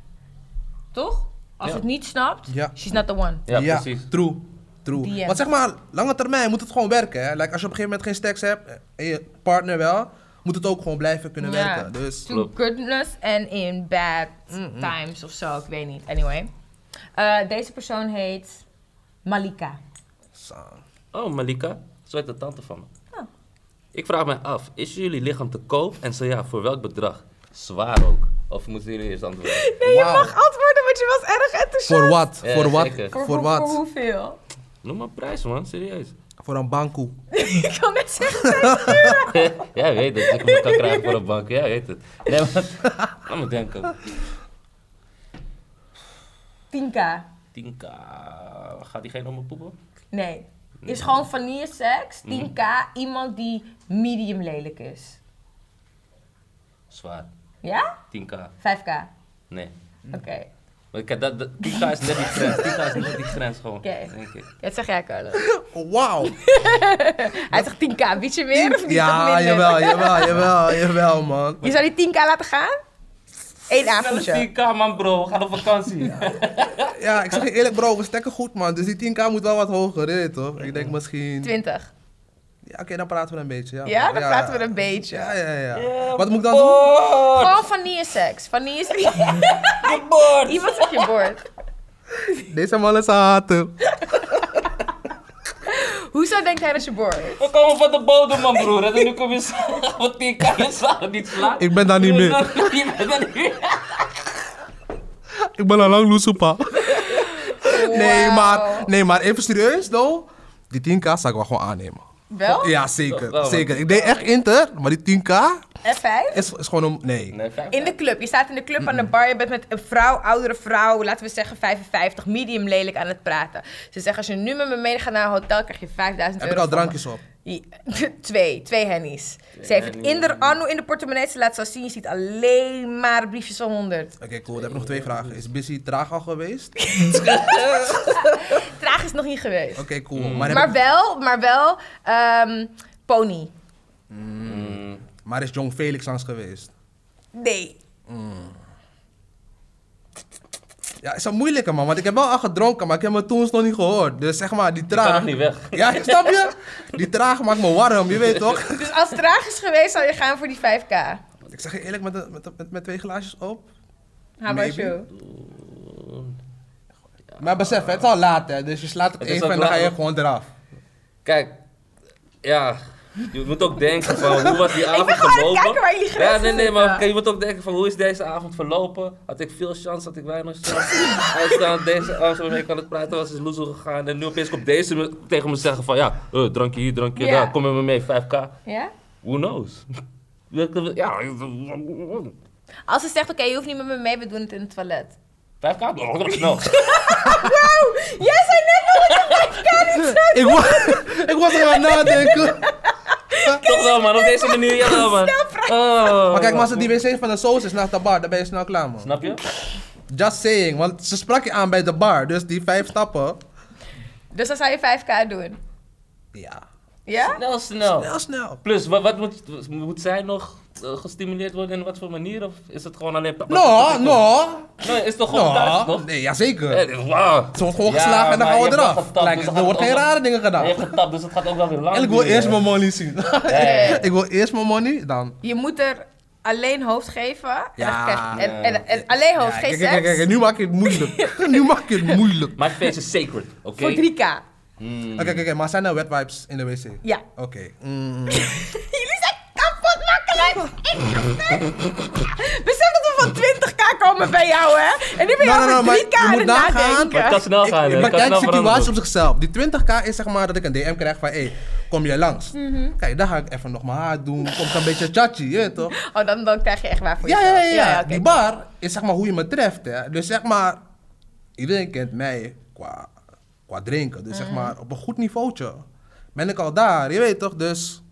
Toch? Als
Ja.
het niet snapt,
Ja.
she's not the one.
Ja, precies.
True. True.
DM.
Want zeg maar, lange termijn moet het gewoon werken. Hè? Like, als je op een gegeven moment geen stacks hebt en je partner wel, moet het ook gewoon blijven kunnen
Ja.
werken. Dus
To goodness and in bad times of zo, ik weet niet. Anyway. Eh, deze persoon heet Malika.
Sa-
Oh, Malika. Zo heet de tante van me. Ik vraag mij af, is jullie lichaam te koop? En zo ja, voor welk bedrag? Zwaar ook. Of moeten jullie eerst antwoorden?
Nee, je
Wauw.
mag antwoorden, want je was erg enthousiast.
Voor wat?
Ja,
voor wat?
zeker.
Voor,
Voor
hoe- voor
wat?
hoeveel?
Noem maar een prijs, man. Serieus.
Voor een bankoe.
Ik kan net zeggen,
Jij weet het. Ik moet kan krijgen voor een bank. Jij weet het. Nee, maar... Laat me denken.
10k.
10k. Gaat diegene om me poepen?
Nee. Is gewoon vanille seks,
Mm.
10k, iemand die medium lelijk is.
Zwaar.
Ja?
10k.
5k.
Nee.
Mm.
Oké.
Maar kijk, dat, dat, 10k is net die grens. 10k is net die grens gewoon.
Oké.
Denk ik.
Dat zeg jij, Carlo.
Oh, Wauw.
Hij zegt 10k. Weet je meer of niet? Of
Ja,
minder?
jawel, jawel, jawel, jawel, man.
Je zou die 10k laten gaan? Eén avondje.
10k man bro, we gaan op vakantie.
Ja, ik zeg je eerlijk, bro, we stekken goed, man. Dus die 10k moet wel wat hoger, je weet toch? Ik denk misschien...
20.
Ja, oké, dan praten we een beetje. Ja,
Ja, dan praten we een beetje.
Ja, ja, ja. Wat moet ik dan doen?
Oh,
Gewoon vanille seks. Vanille seks.
je bord!
Iemand op je bord.
Deze man is haten.
Hoezo denkt hij dat je bord?
We komen van de bodem man broer. En nu kom je zeggen wat 10k je zou het niet slaan.
Ik ben daar niet mee.
Je bent daar niet mee.
Ik ben al lang loesoepa. Nee,
Wauw.
maar, nee, maar even serieus, though. Die 10k zou ik wel gewoon aannemen.
Wel?
Ja,
Wel,
zeker.
wel,
Zeker. Ik deed echt Inter, maar die 10k
F5?
is, is gewoon een... Nee.
Nee, vijf.
In de club. Je staat in de club aan
Mm.
de bar. Je bent met een vrouw, oudere vrouw, laten we zeggen 55, medium lelijk aan het praten. Ze zeggen, als je nu met me mee gaat naar een hotel, krijg je 5000
Heb ik
euro.
al
van me.
drankjes op?
Ja, Twee, twee hennies. ze heeft het
hennies.
in de anno in de portemonnee. Ze laat ze al zien. Je ziet alleen maar briefjes van 100.
Oké, cool. Dan heb ik nog twee vragen. Is Busy traag al geweest? Oké,
Traag is nog niet geweest.
cool. Maar, heb
Maar
ik-
wel, maar wel ehm, pony.
Mm.
maar is Jong Felix langs geweest?
Nee.
Ja, is dat moeilijke man, want ik heb wel al gedronken, maar ik heb mijn toons nog niet gehoord. Dus zeg maar, die
Ik kan
traag.
nog niet weg.
Ja, snap je? Die traag maakt me warm, je weet toch?
Dus als het traag is geweest, zou je gaan voor die 5k.
Ik zeg je eerlijk, met, de- met, met, met twee glaasjes op.
How
Maybe.
about you?
Maar besef, hè, het is al laat hè, dus je slaat het,
Het is
even
al
en dan ga je
klaar.
gewoon eraf.
Kijk, ja, je moet ook denken van hoe was die avond
gewoon aan het
verlopen.
kijken waar jullie
Ja,
grenzen
nee, nee,
zitten.
maar kijk, je moet ook denken van hoe is deze avond verlopen? Had ik veel chance, had ik weinig chance? Hij staat deze avond waarmee ik aan het praten was, is loezel gegaan. En nu opeens komt deze me- tegen me zeggen van ja, eh, drankje hier, drankje
Ja.
daar, kom met me mee, 5k.
Ja?
Who knows? Welke- Ja, eh,
Als ze zegt, oké, je hoeft niet met me mee, we doen het in het toilet.
5k? Oh, snel.
Wow! Jij zei net nog dat je 5k niet
Ik, wa- ik was er aan het nadenken.
Oh, Toch wel, man, op deze manier, jawel, man. Oh.
Maar kijk, maar als het die wc van de soos is naar de bar, dan ben je snel klaar man.
Snap je?
Just saying, want ze sprak je aan bij de bar, dus die vijf stappen.
Dus dan zou je 5k doen.
Ja.
Ja?
Snel, snel.
Heel snel.
Plus, wat, wat moet, moet zij nog eh, gestimuleerd worden in wat voor manier? Of is het gewoon alleen...
No, no,
Nee, Nou, is toch gewoon thuis,
no.
toch?
Nou, Nee, jazeker.
Eh, wauw.
Ze Nou. wordt gewoon geslagen en dan
maar
gaan we
je hebt
eraf.
wel getapt,
Kijk,
dus
er
het
wordt
gaat
geen
ook wel-
rare dingen gedaan.
Je hebt getapt, dus het gaat ook wel weer lang
En ik wil
duren,
eerst
hè?
mijn money zien.
Ja, ja, ja.
Ik wil eerst mijn money, dan.
Je moet er alleen hoofd geven. En,
Ja.
dan krijg je- en, en, en, alleen hoofd,
Ja,
geen
kijk, kijk, kijk,
seks.
nu maak je het moeilijk. nu maak je het moeilijk.
Maar het feest is sacred, oké?
Voor 3k.
Oké, oké, oké, maar zijn er wet vibes in de wc?
Ja.
Oké. mm.
Jullie zijn kapot makkelijk. Ik Besef dat we van 20k komen bij jou, hè? En nu ben je
Nou, nou,
over
nou, maar
3k
je
aan
moet
het
nagaan,
nadenken.
Maar het kan snel
Ik-
gaan, hè?
maar
Het kan
kijk, de
snel
situatie op
veranderen.
zichzelf. Die 20k is zeg maar dat ik een DM krijg van, hé, hey, kom jij langs?
Mhm.
Kijk, dan ga ik even nog mijn haar doen. Komt een beetje chachi, je weet toch?
Oh, dan, dan krijg je echt waar voor
Ja, ja,
jezelf.
ja. ja,
oké.
Die bar is zeg maar hoe je me treft, hè. Dus zeg maar, iedereen kent mij qua, qua drinken. Dus
Mhm.
zeg maar, op een goed niveautje ben ik al daar, je weet toch? Dus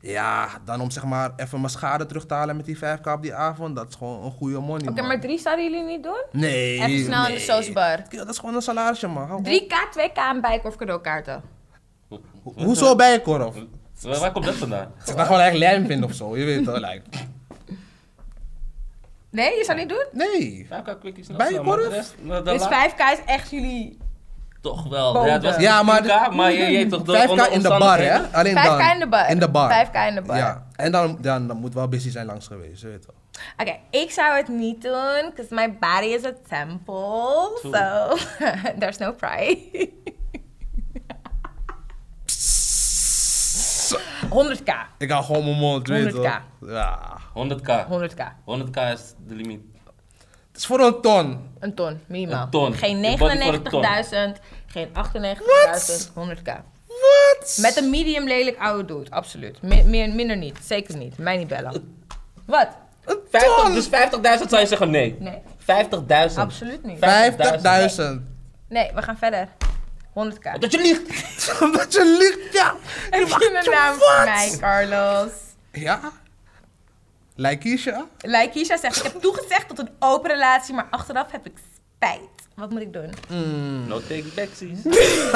ja, dan om zeg maar even mijn schade terug te halen met die 5k op die avond, dat is gewoon een goede money,
Oké,
man.
maar 3 zouden jullie niet doen?
Nee.
Even snel in
nee.
de soosbar.
Ja, dat is gewoon een salarisje, man. Hou op.
3k, 2k aan bijkorf of cadeaukaarten.
Ho- Hoezo bijenkorf?
Waar, waar komt dat vandaan?
Ze gaan gewoon echt lijm vinden of zo, je weet wel. Like.
Nee, je zou niet doen?
Nee.
5k quickies snel.
Bij je
snel, maar de
korf?
rest- maar de
Dus
laat-
5k is echt jullie...
Toch wel.
Boven.
Ja, het was
Ja, maar-
10K, maar je, je, weet toch de
5k in de bar,
omstandigheden.
hè? Alleen
5K
dan.
in de bar. 5K in de bar.
Ja. En dan, dan, dan moet wel busy zijn langs geweest, je weet wel.
Oké, ik zou het niet doen, because my body is a temple. So, there's no pride. 100k.
Ik hou gewoon mijn mond, je weet
100k.
wel. Ja.
100k.
100k.
100k is de limiet.
Het is voor een ton.
Een ton, minimaal.
Een ton.
Geen
Je body voor een
99.000, geen 98.000, 100k.
Wat?
Met een medium lelijk oude dude, absoluut. Mi- meer, minder niet, zeker niet. Mij niet bellen. Wat?
50, dus 50.000 zou je zeggen nee.
Nee.
50.000.
Absoluut niet.
50.000.
Nee, we gaan verder. 100k.
Dat je liegt.
Omdat je liegt, ja.
Heb je een naam voor mij, Carlos?
Ja? Lijkisha?
Like Keisha zegt, ik heb toegezegd tot een open relatie, maar achteraf heb ik spijt. Wat moet ik doen?
No take backsies.
Nee?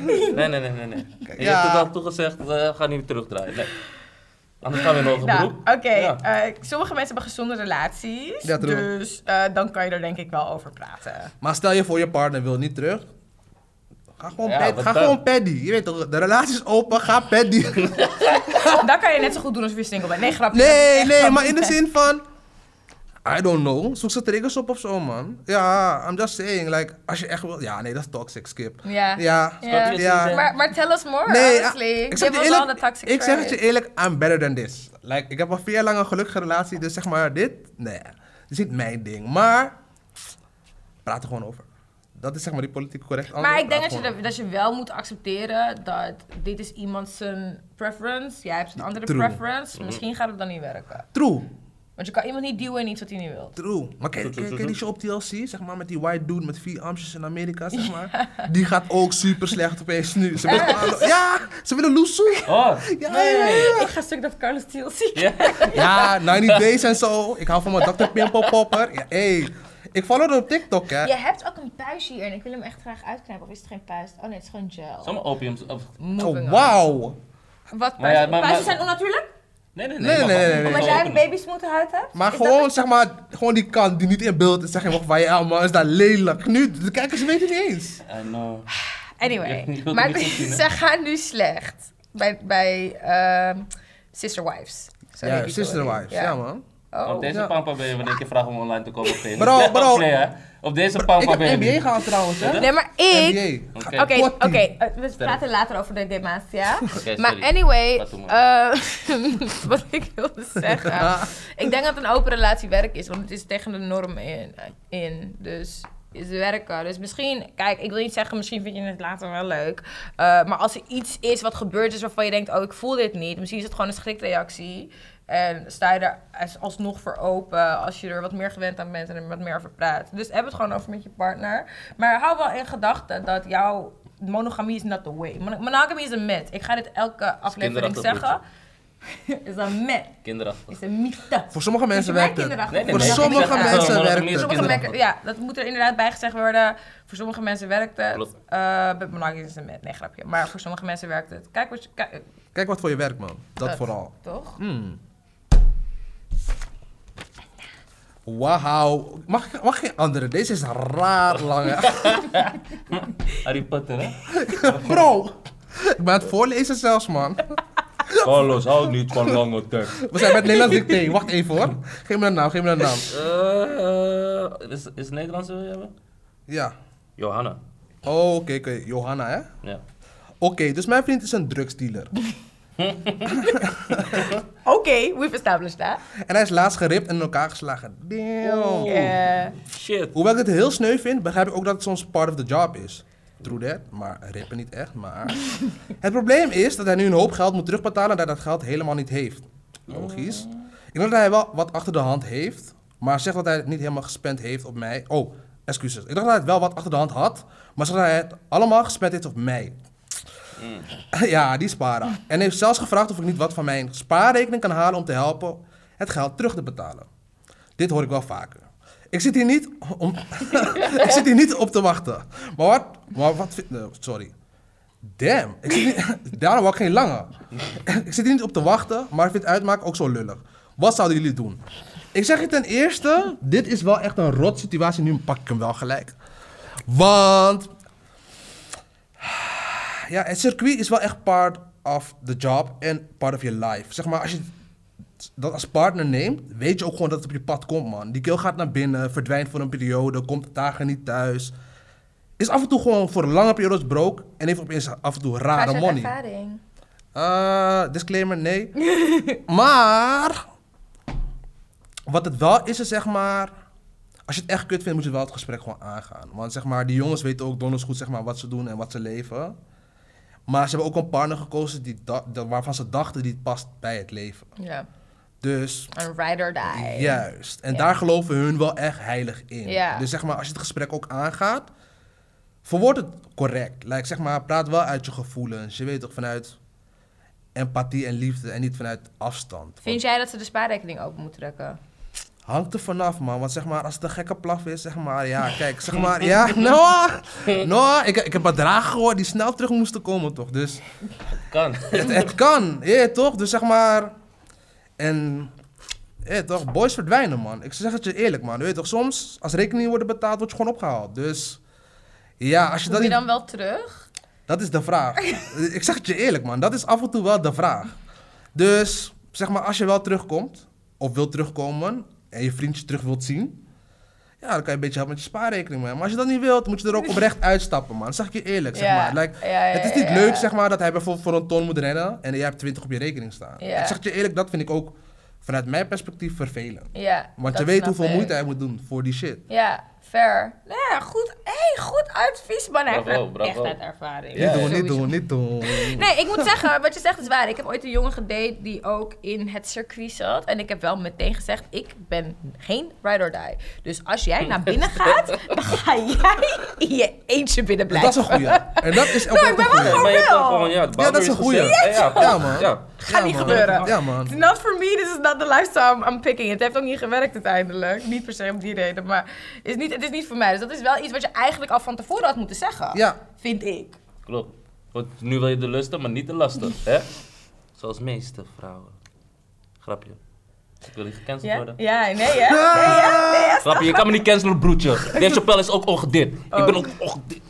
Nee, nee, nee, nee. nee. Je
ja.
hebt het al toegezegd, eh, we gaan niet meer terugdraaien. Nee. Anders gaan we in een hoger
Nou,
beroep.
oké.
Ja.
eh, sommige mensen hebben gezonde relaties.
Ja, true.
dus eh, dan kan je er denk ik wel over praten.
Maar stel je voor, je partner wil niet terug. Ga gewoon,
Ja,
pad-
wat
ga
dan?
gewoon paddy. Je weet toch, de relatie is open, ga paddy.
dan kan je net zo goed doen als je weer single bent. Nee, grapje. dat is
Nee,
echt
nee,
grapje.
maar in de zin van... I don't know. Zoek ze triggers op of zo, man. Ja, I'm just saying. Like, als je echt wil... Ja, nee, dat is toxic, skip.
Ja.
Ja.
Ja.
Snap je? Ja.
Maar, maar tell us more,
Nee,
honestly.
ah,
Give
ik zeg, je
us all the
eerlijk,
toxic
ik zeg het je
traits.
eerlijk, I'm better than this. Like, ik heb al vier jaar lang een gelukkige relatie, dus zeg maar dit, nee, dit is niet mijn ding. Maar, praat er gewoon over. Dat is zeg maar die politiek correct antwoord.
Maar ik denk
Praat
dat je,
gewoon
dat je wel moet accepteren dat dit is iemand zijn preference. Jij hebt een andere
True. Mhm.
preference. Misschien gaat het dan niet werken.
True.
Want je kan iemand niet duwen in iets wat hij niet wil.
True. Maar ken, ken, ken die show op TLC, zeg maar, met die white dude met vier armpjes in Amerika, zeg maar. Die gaat ook super slecht opeens nu. Ze willen, ja, ze willen Loesoe.
Oh,
Ja,
Ik ga stuk dat Carlos Thiel zie.
ja.
ja, 90 Days en zo. Ik hou van mijn Dr. Pimple Popper. Ja, hey. Ik follow haar op TikTok, hè.
Je hebt ook een puist hier en ik wil hem echt graag uitknijpen. Of is het geen puist? Oh nee, het is gewoon gel.
Zomaar opiums. of-
Moving
Oh,
on.
wauw.
Wat
Maar ja,
puisten? Puisten
maar- maar-
zijn onnatuurlijk?
Nee, nee,
Nee,
nee.
nee, nee, nee.
Omdat jij een babysmoederhuid hebt?
Maar
Is dat
gewoon, zeg maar, gewoon die kant die niet in beeld is. Zeg je, wacht, van, ja man, is dat lelijk. Nu, de kijkers weten niet eens.
I know.
Anyway,
Ik wil het
maar
niet goed zien, hè?
ze gaan nu slecht bij, bij ehm, Sister Wives. Zo heet
ja,
die
Sister
story.
Wives, ja, man.
Oh.
Op deze
Ja.
pampa ben je wel een keer vragen om online te komen spelen.
Bro,
Net
bro.
op play, hè. Op deze
Ik
pampa ben je
heb NBA
niet.
gehaald trouwens, hè.
Nee, maar ik...
NBA.
Oké.
Oké, oké,
Kapot, die.
eh, we praten later over de demacia.
sorry.
maar anyway,
Laat doen,
eh, wat ik wilde zeggen. ik denk dat een open relatie werk is, want het is tegen de norm in. in dus is werken. Dus misschien, kijk, ik wil niet zeggen, misschien vind je het later wel leuk. Eh, maar als er iets is wat gebeurd is waarvan je denkt, oh, ik voel dit niet. Misschien is het gewoon een schrikreactie. En sta je er als- alsnog voor open als je er wat meer gewend aan bent en er wat meer over praat. Dus heb het gewoon over met je partner. Maar hou wel in gedachten dat jouw monogamie is not the way. Mon- Monogamy is een myth. Ik ga dit elke aflevering
kinderachtig
zeggen. is een myth.
Kinderachtig.
Is een mythe. Dus
Voor sommige mensen
Voor mij
werkt het.
kinderachtig.
Nee, nee,
Voor
nee.
sommige
Ik zeg echt
mensen
gewoon,
werkt
monogamie is
het.
Sommige
kinderachtig.
merken, ja, dat moet er inderdaad bijgezegd worden. Voor sommige mensen werkt het.
Klopt.
Eh bij monogamy is het een myth. Nee, grapje. Maar voor sommige mensen werkt het. Kijk wat je... kijk, eh,
Kijk wat voor je werkt, man. Dat
eh,
vooral.
Toch?
Hmm. Wauw. Mag, ik- mag geen andere? Deze is raar lang. hè.
Harry Potter, hè?
Bro. Ik ben aan het voorlezen zelfs, man.
Carlos houdt niet van lange tekst.
We zijn met Nederlands dicté. Wacht even, hoor. Geef me een naam, geef me een naam.
Eh, is, is het Nederlands wil je hebben?
Ja.
Johanna.
Oh, oké, oké. Johanna, hè?
Ja.
Oké, dus mijn vriend is een drugsdealer.
Oké, we've established that.
En hij is laatst geript en in elkaar geslagen. Damn.
Eh,
Ah,
Shit.
Hoewel ik het heel sneu vind, begrijp ik ook dat het soms part of the job is. True that, maar rippen niet echt, maar... het probleem is dat hij nu een hoop geld moet terugbetalen en dat hij dat geld helemaal niet heeft. Logisch. Ik denk dat hij wel wat achter de hand heeft, maar zegt dat hij het niet helemaal gespend heeft op mij. Oh, excuses. Ik dacht dat hij het wel wat achter de hand had, maar zegt dat hij het allemaal gespend heeft op mij. ja, die sparen. En heeft zelfs gevraagd of ik niet wat van mijn spaarrekening kan halen om te helpen het geld terug te betalen. Dit hoor ik wel vaker. Ik zit hier niet, om, ik zit hier niet op te wachten. Maar wat... Maar wat vind- eh, sorry. Damn. Ik zit niet, daarom wou ik geen lange. ik zit hier niet op te wachten, maar ik vind uitmaken ook zo lullig. Wat zouden jullie doen? Ik zeg je ten eerste, dit is wel echt een rot situatie. Nu pak ik hem wel gelijk. Want ja, het circuit is wel echt part of the job en part of your life. Zeg maar, als je dat als partner neemt, weet je ook gewoon dat het op je pad komt, man. Die keel gaat naar binnen, verdwijnt voor een periode, komt dagen niet thuis. Is af en toe gewoon voor lange periodes broke en heeft opeens af en toe
gaat
rare
je
money.
ervaring.
Eh, disclaimer, nee. maar, wat het wel is, is zeg maar... Als je het echt kut vindt, moet je wel het gesprek gewoon aangaan. Want zeg maar, die jongens weten ook donders goed zeg maar, wat ze doen en wat ze leven. Maar ze hebben ook een partner gekozen die da- dat- waarvan ze dachten die past bij het leven.
Ja,
Dus
een ride or die.
juist. En
Ja.
daar geloven hun wel echt heilig in.
Ja.
Dus zeg maar, als je het gesprek ook aangaat, verwoord het correct. Like, zeg maar, praat wel uit je gevoelens. Je weet toch vanuit empathie en liefde en niet vanuit afstand.
Vind jij dat ze de spaarrekening open moeten trekken?
Hangt er vanaf, man. Want zeg maar, als het een gekke plaf is, zeg maar, ja, kijk, zeg maar, ja, Noah, Noah, ik, ik heb bedragen gehoord die snel terug moesten komen, toch? Dus
Kan.
het, het kan, je weet toch? Dus zeg maar, en, je weet toch, boys verdwijnen, man. Ik zeg het je eerlijk, man. Je weet toch, soms, als rekeningen worden betaald, word je gewoon opgehaald. Dus, ja, als je
Kom
dat
je
niet,
dan wel terug?
dat is de vraag. ik zeg het je eerlijk, man. Dat is af en toe wel de vraag. Dus zeg maar, als je wel terugkomt, of wilt terugkomen, en je vriendje terug wilt zien, ja, dan kan je een beetje helpen met je spaarrekening, man. Maar als je dat niet wilt, moet je er ook oprecht uitstappen, man. Dat zeg ik je eerlijk, zeg
Ja,
maar. Like,
ja, ja,
het is niet
ja.
leuk, zeg maar, dat hij bijvoorbeeld voor een ton moet rennen en jij hebt 20 op je rekening staan.
Ja.
Ik zeg het je eerlijk, dat vind ik ook vanuit mijn perspectief vervelend.
Ja.
Want
dat
je weet
snap
hoeveel
ik.
moeite hij moet doen voor die shit.
Ja. Ver. Nou ja, goed, hey, goed advies, man. Hij
Bravo,
heeft
bravo.
Echt uit ervaring.
Ja,
Niet
ja,
doen,
Sowieso.
niet doen, niet doen.
Nee, ik moet zeggen, wat je zegt is waar. Ik heb ooit een jongen gedate die ook in het circuit zat. En ik heb wel meteen gezegd, ik ben geen ride or die. Dus als jij naar binnen gaat, dan ga jij in je eentje binnen
Dus dat is
blijven.
een goeie. En dat is ook
Nou, ik ben
een
wel
goeie.
gewoon-
maar je
wel.
kan gewoon, ja, het
Ja, dat is een goeie.
boundary gezet. Ja,
Ja,
ja,
man.
ja.
Gaat
Ja,
niet
man.
gebeuren.
Ja, man.
Not for me, this is not the lifestyle I'm- I'm picking. Het heeft ook niet gewerkt uiteindelijk. Niet per se om die reden, maar is niet, het is niet voor mij. Dus dat is wel iets wat je eigenlijk al van tevoren had moeten zeggen.
Ja.
Vind ik.
Klopt. Want nu wil je de lusten, maar niet de lasten, hè? Zoals meeste vrouwen. Grapje. Ik wil niet gecanceld
Ja?
worden.
Ja, nee hè? Nee, hè? Nee, hè?
Grapje, je kan me niet cancelen, broertje. Dave Chappelle is ook ongedit.
Oh.
Ik ben ook ongedit.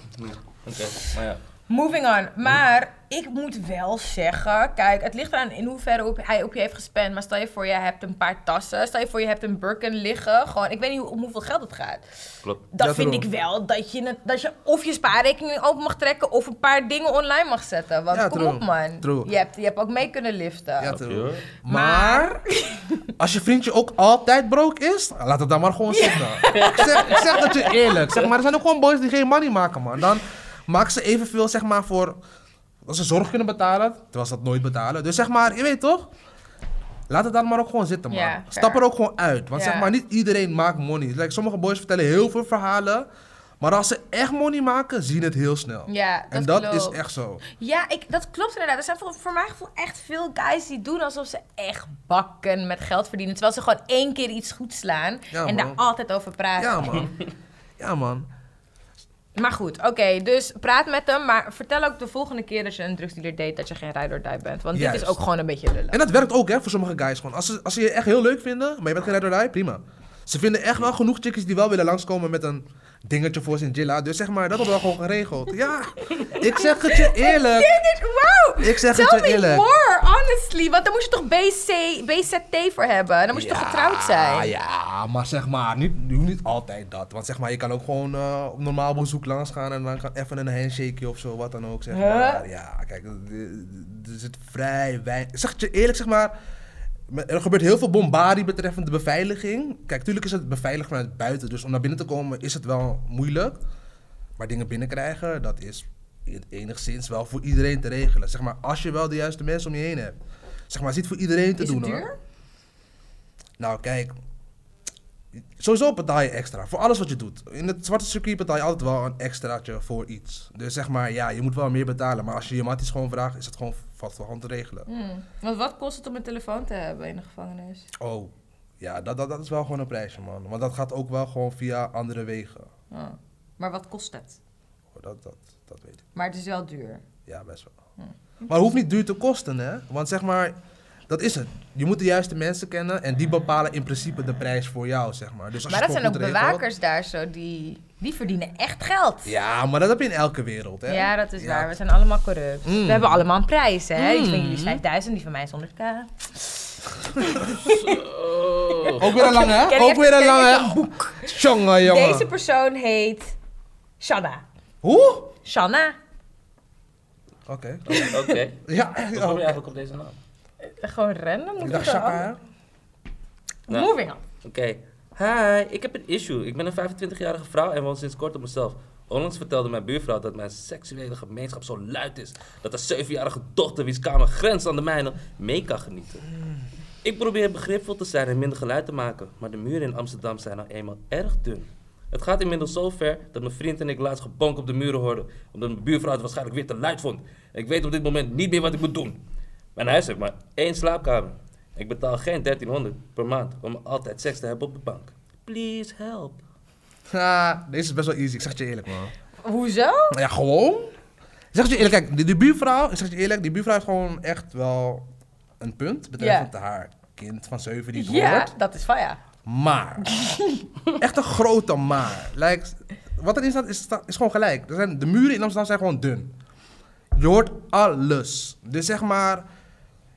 Oké, maar ja.
Moving on. Maar ik moet wel zeggen, kijk, het ligt eraan in hoeverre op, hij op je heeft gespend. Maar stel je voor, je hebt een paar tassen. Stel je voor, je hebt een Birkin liggen. Gewoon, ik weet niet hoe, om hoeveel geld het gaat.
Klopt.
Dat
Ja,
vind ik
daarom.
wel, dat je, het- dat je of je spaarrekening open mag trekken of een paar dingen online mag zetten. Want
Ja,
kom
true.
op man,
True.
Je, hebt, je hebt ook mee kunnen liften.
Ja,
Snap
toch.
je, hoor.
Maar als je vriendje ook altijd broke is, laat het dan maar gewoon zitten. Ik, zeg, ik zeg dat je eerlijk. Zeg maar, er zijn ook gewoon boys die geen money maken, man. Dan maken ze evenveel, zeg maar, voor... Als ze zorg kunnen betalen, terwijl ze dat nooit betalen. Dus zeg maar, je weet toch? Laat het dan maar ook gewoon zitten, man.
Ja, fair.
Stap er ook gewoon uit. Want
Ja.
zeg maar, niet iedereen maakt money. Like, sommige boys vertellen heel veel verhalen. Maar als ze echt money maken, zien het heel snel.
Ja, dat
en dat
klopt.
is echt zo.
Ja, ik, dat klopt inderdaad. Er zijn voor, voor mijn gevoel echt veel guys die doen alsof ze echt bakken met geld verdienen. Terwijl ze gewoon één keer iets goed slaan
Ja,
en daar
man.
altijd over praten.
Ja, man. Ja, man.
Maar goed, oké, dus praat met hem. Maar vertel ook de volgende keer dat je een drugsdealer date dat je geen ride or die bent. Want dit
Juist.
is ook gewoon een beetje lullig.
En dat werkt ook hè, voor sommige guys gewoon. Als ze, als ze je echt heel leuk vinden, maar je bent geen redderij, prima. Ze vinden echt wel genoeg chickies die wel willen langskomen met een dingetje voor zijn Jilla. Dus zeg maar, dat wordt wel gewoon geregeld. Ja, ik zeg het je eerlijk.
Dit- Wauw!
Ik zeg het
Tell
je
me
eerlijk.
more, honestly. Want dan moet je toch BC, BZT voor hebben. Dan moet je toch getrouwd zijn.
Ah, Ja, maar zeg maar, niet, je hoeft niet altijd dat. Want zeg maar, je kan ook gewoon eh, op normaal bezoek langs gaan en dan kan even een handshakeje of zo, wat dan ook. Zeg
Huh?
maar. Ja, kijk, er- er er zit vrij weinig. Ik Zeg het je eerlijk, zeg maar. me- Er gebeurt heel veel bombardie betreffend de beveiliging. Kijk, tuurlijk is het beveiligd vanuit buiten. Dus om naar binnen te komen is het wel moeilijk. Maar dingen binnenkrijgen, dat is in- enigszins wel voor iedereen te regelen. Zeg maar, als je wel de juiste mensen om je heen hebt. Zeg maar, zit voor iedereen te
Is
doen
het
hoor.
duur?
Nou, kijk. Sowieso betaal je extra voor alles wat je doet. In het zwarte circuit betaal je altijd wel een extraatje voor iets. Dus zeg maar, ja, je moet wel meer betalen. Maar als je je matties gewoon vraagt, is het gewoon vast van hand te regelen.
Hmm. Want wat kost het om een telefoon te hebben in de gevangenis?
Oh, ja, dat, dat, dat is wel gewoon een prijsje, man. Want dat gaat ook wel gewoon via andere wegen.
Ah. Maar wat kost het?
Oh, dat, dat, dat weet ik.
Maar het is wel duur.
Ja, best wel.
Hm,
Maar het hoeft niet duur te kosten, hè? Want zeg maar, dat is het. Je moet de juiste mensen kennen en die bepalen in principe de prijs voor jou, zeg maar. Dus als
Maar
je
dat
het
zijn
gewoon
ook
goed regelt-
bewakers daar zo, die, die verdienen echt geld.
Ja, maar dat heb je in elke wereld, hè?
Ja, dat is
Ja.
waar. We zijn allemaal corrupt.
Mm.
We hebben allemaal een prijs, hè? Die van jullie is 5000, die van mij is 100k.
Oh.
Ook weer een lange,
Ken
hè?
je-
Ook weer
ken
een
je
lange.
zo'n boek.
Tjonge, jongen.
Deze persoon heet Shanna.
Hoe?
Shanna.
Oké.
Oké.
Ja,
Hoe
ja,
kom je
oké.
eigenlijk op deze naam?
Gewoon random moet
Ik
ik
dacht
het wel.
Shaka, hè?
Ja.
Moving on.
Oké. Hi, ik heb een issue. Ik ben een 25-jarige vrouw en woon sinds kort op mezelf. Onlangs vertelde mijn buurvrouw dat mijn seksuele gemeenschap zo luid is dat haar 7-jarige dochter, wiens kamer grens aan de mijne, mee kan genieten. Ik probeer begripvol te zijn en minder geluid te maken, maar de muren in Amsterdam zijn nou eenmaal erg dun. Het gaat inmiddels zo ver dat mijn vriend en ik laatst gebonk op de muren hoorden, omdat mijn buurvrouw het waarschijnlijk weer te luid vond. En ik weet op dit moment niet meer wat ik moet doen. Mijn huis heeft maar één slaapkamer. Ik betaal geen 1300 per maand om altijd seks te hebben op de bank. Please help.
Ha, deze is best wel easy, ik zeg het je eerlijk, man.
Hoezo?
Nou ja, gewoon. Ik zeg het je eerlijk, kijk, die, die buurvrouw, ik zeg het je eerlijk, die buurvrouw heeft gewoon echt wel een punt betreffend haar kind van 7 die het
Ja,
hoort.
dat is Faya.
Maar. echt een grote maar. Like, wat erin staat is, sta- is gewoon gelijk. Er zijn, de muren in Amsterdam zijn gewoon dun. Je hoort alles. Dus zeg maar.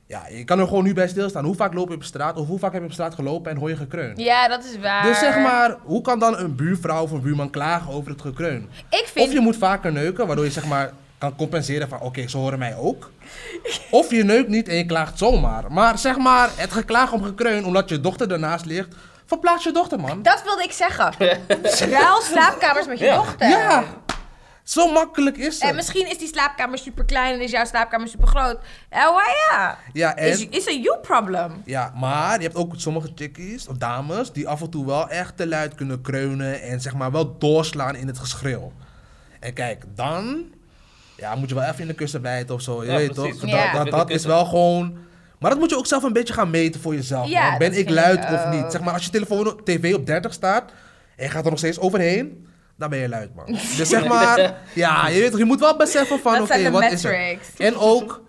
Ja, je kan er gewoon nu bij stilstaan. Hoe vaak loop je op straat? Of hoe vaak heb je op straat gelopen en hoor je gekreun?
Ja, dat is waar.
Dus zeg maar, hoe kan dan een buurvrouw of een buurman klagen over het gekreun?
Ik vind...
Of je moet vaker neuken, waardoor je zeg maar kan compenseren van oké, ze horen mij ook. Of je neukt niet en je klaagt zomaar. Maar zeg maar, het geklaag om gekreun omdat je dochter ernaast ligt, Verplaats je dochter, man.
Dat wilde ik zeggen. Ruil slaapkamers met je
Ja.
dochter. Eh,
Ja, zo makkelijk is
En
het.
misschien is die slaapkamer super klein en is jouw slaapkamer super groot. Oh ja.
Ja, en-
Is, is een you problem.
Ja, maar je hebt ook sommige chickies of dames die af en toe wel echt te luid kunnen kreunen en zeg maar wel doorslaan in het geschreeuw. En kijk, dan ja, moet je wel even in de kussen bijten of zo. Je
Ja,
weet
precies.
toch?
Ja.
Dat, dat, dat is wel gewoon. Maar dat moet je ook zelf een beetje gaan meten voor jezelf.
Ja,
man. Ben
dat
ik
vind
luid
ik
of
ook.
niet? Zeg maar, als je telefoon op tv op 30 staat en je gaat er nog steeds overheen, dan ben je luid, man. Dus zeg maar, ja, je, weet, toch, je moet wel beseffen van,
Dat
oké,
zijn de
wat is
metrics.
het? En ook,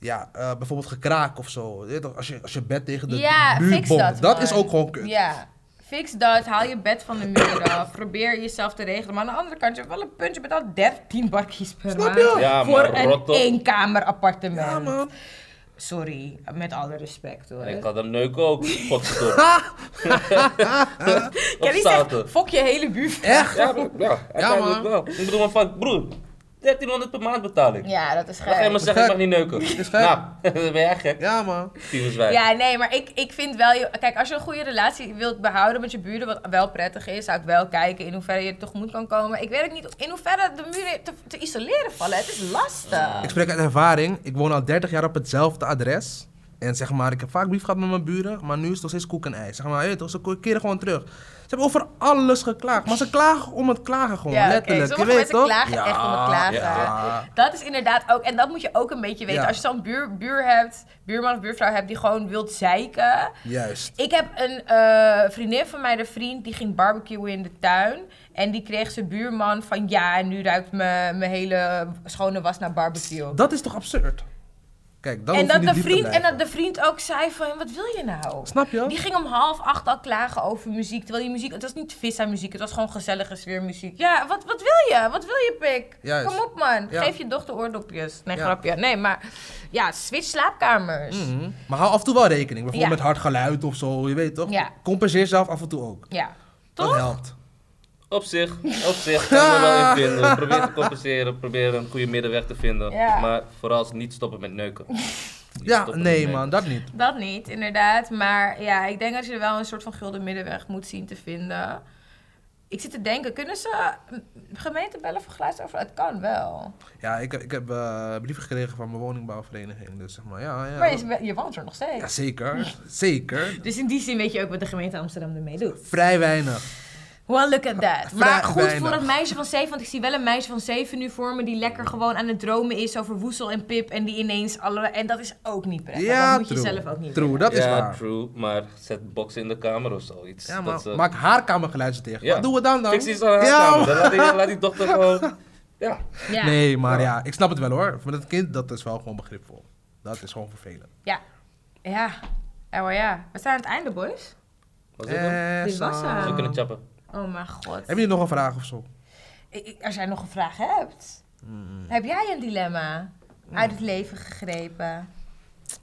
ja, eh, bijvoorbeeld gekraak of zo. Je weet toch, als, je, als je bed tegen de
ja,
muur
fix
bonkt,
dat.
dat
man.
is ook gewoon kut.
Ja. Fix dat. Haal je bed van de muur af. Probeer jezelf te regelen. Maar aan de andere kant, je hebt wel een puntje. Je bent al 13 bakjes per
Snap
maand.
je?
Ja,
voor
maar
een
rot op.
eenkamer appartement.
Ja, man.
Sorry. Met alle respect hoor.
En ik had hem neuken ook. Godverdomme.
Ken
Of
je zegt,
zouten.
fok je hele buurt.
Echt?
Ja, maar- ja, uiteindelijk
man.
wel. Ik bedoel, maar van, broer, 1300 per maand betaling.
Ja, dat is
Dan ga je maar
gek.
zeggen, ik mag
Gek.
niet neuken.
Is gek.
Nou, dan ben jij gek.
Ja, man.
Tyfus wijf.
Ja, nee, maar ik, ik vind wel... je- Kijk, als je een goede relatie wilt behouden met je buren, wat wel prettig is, zou ik wel kijken in hoeverre je tegemoet kan komen. Ik weet ook niet in hoeverre de muren te, te isoleren vallen. Het is lastig.
Ik spreek uit ervaring. Ik woon al 30 jaar op hetzelfde adres. En zeg maar, ik heb vaak brief gehad met mijn buren, maar nu is het nog steeds koek en ei. Zeg maar, je weet toch, ze keren gewoon terug. Ze hebben over alles geklaagd, maar ze klagen om het klagen gewoon,
Ja, oké.
letterlijk.
Sommige
je weet
mensen
toch?
klagen echt om het klagen.
ja.
Dat is inderdaad ook, en dat moet je ook een beetje weten.
Ja.
Als je zo'n buur, buur hebt, buurman of buurvrouw hebt die gewoon wilt zeiken.
Juist.
Ik heb een eh, vriendin van mij, de vriend, die ging barbecuen in de tuin. En die kreeg zijn buurman van ja, en nu ruikt me- mijn hele schone was naar barbecue.
Dat is toch absurd? Kijk, dan
en
hoef
dat,
je niet
de
diep te
vriend, en
blijven.
dat de vriend ook zei van, wat wil je nou?
Snap je?
Die ging om half acht al klagen over muziek. Terwijl die muziek, het was niet vissa muziek, het was gewoon gezellige sfeermuziek. Ja, wat, wat wil je? Wat wil je, pik?
Juist.
Kom op, man.
Ja.
Geef je dochter oordopjes. Nee,
Ja.
grapje. Nee, maar ja, switch slaapkamers.
Mhm. Maar hou af en toe wel rekening. Bijvoorbeeld
Ja.
met hard geluid of zo, je weet toch?
Ja.
Compenseer jezelf af en toe ook.
Ja.
Dat
Toch?
helpt.
Op zich, op zich kan ik me wel in vinden.
Ah.
Probeer te compenseren, probeer een goede middenweg te vinden.
Ja.
Maar vooral niet stoppen met neuken. Niet
Ja,
stoppen met
nee
neuken.
man, dat niet.
Dat niet, inderdaad. Maar ja, ik denk dat je er wel een soort van gulden middenweg moet zien te vinden. Ik zit te denken, kunnen ze mm, gemeente bellen voor geluidsoverlast? Het kan wel.
Ja, ik, heb- ik heb eh brieven gekregen van mijn woningbouwvereniging. Dus zeg maar, ja, ja.
Maar je, je woont er nog steeds.
Ja, zeker. Zeker.
Dus in die zin weet je ook wat de gemeente Amsterdam ermee doet.
Vrij weinig.
Well, look at that.
Vrij
Maar goed
weinig.
voor een meisje van 7, want ik zie wel een meisje van 7 nu voor me die lekker gewoon aan het dromen is over woesel en pip en die ineens alle. En dat is ook niet prettig. dat
ja,
moet
true.
je zelf ook niet
True, dat is
ja,
waar.
true, maar zet boksen in de kamer of zoiets.
Ja, maar
dat eh, ze-
maak haar kamergeluiden tegen.
Ja.
Wat doen we dan dan?
Fix die zo aan haar
Ja,
kamer.
man.
Dan laat die, laat die dochter gewoon... Ja.
doen. Ja.
Nee, maar ja, ik snap het wel hoor. Voor dat kind, dat is wel gewoon begripvol. Dat is gewoon vervelend.
Ja. Ja. Ja, maar ja. We staan aan het einde, boys.
Was dit hem?
Eh,
Dit was
Sam.
hem.
We kunnen chappen.
Oh, mijn god.
Hebben jullie nog een vraag of zo?
Ik- ik- Als jij nog een vraag hebt,
Hmm.
heb jij een dilemma uit het leven gegrepen?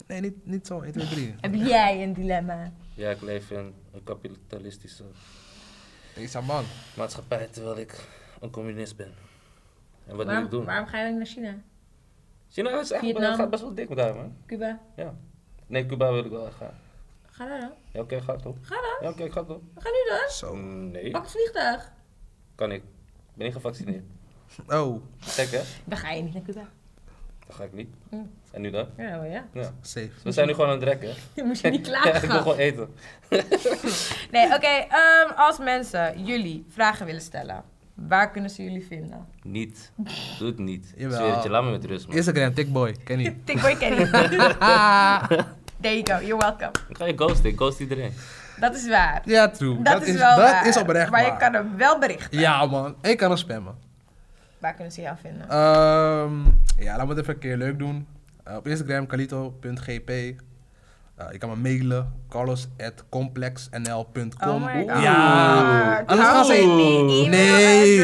Nee, niet, niet zo. 1, 2, 3.
Heb jij een dilemma?
Ja, ik leef in een kapitalistische
Is aan man.
maatschappij terwijl ik een communist ben. En wat moet ik
Waarom,
doen?
waarom ga je naar China?
China is echt,
Vietnam.
gaat best wel dik met daar, man.
Cuba?
Ja. Nee, Cuba wil ik wel echt gaan.
Ga daar dan.
Ja, oké, gaat toch?
Ga dan.
Ja, oké, gaat toch?
Ga nu dan.
Zo.
Mm, Nee,
Pak het vliegtuig.
kan ik. Ik ben niet gevaccineerd.
Oh,
Gek hè?
Dan ga je niet naar Cuba.
Dat ga ik niet.
Hm.
En nu dan?
Ja, maar ja.
Ja.
safe.
We zijn nu gewoon aan het rekken.
Je moet je niet
Ja, ik wil
klagen.
gewoon eten.
nee, oké. ehm, als mensen jullie vragen willen stellen, waar kunnen ze jullie vinden?
Niet. Doe het niet. Ik
Jawel.
zweer het je, laat me met rust man.
Instagram, tikboy, ken je.
Tikboy Kenny. There you go, you're welcome.
Ik ga je ghosten, ik ghost iedereen.
Dat is waar.
Ja, true.
Dat, is, wel
dat
waar.
is oprecht
Maar je
waar.
kan hem wel berichten.
Ja man, ik kan hem spammen.
Waar kunnen ze jou vinden?
Ehm, ja, laat me het even een keer leuk doen. Eh, op Instagram, kalito.gp. Eh, je kan me mailen, carlos.complexnl.com.
Oh my god.
ja,
Anders
anders gaan ze... Nee.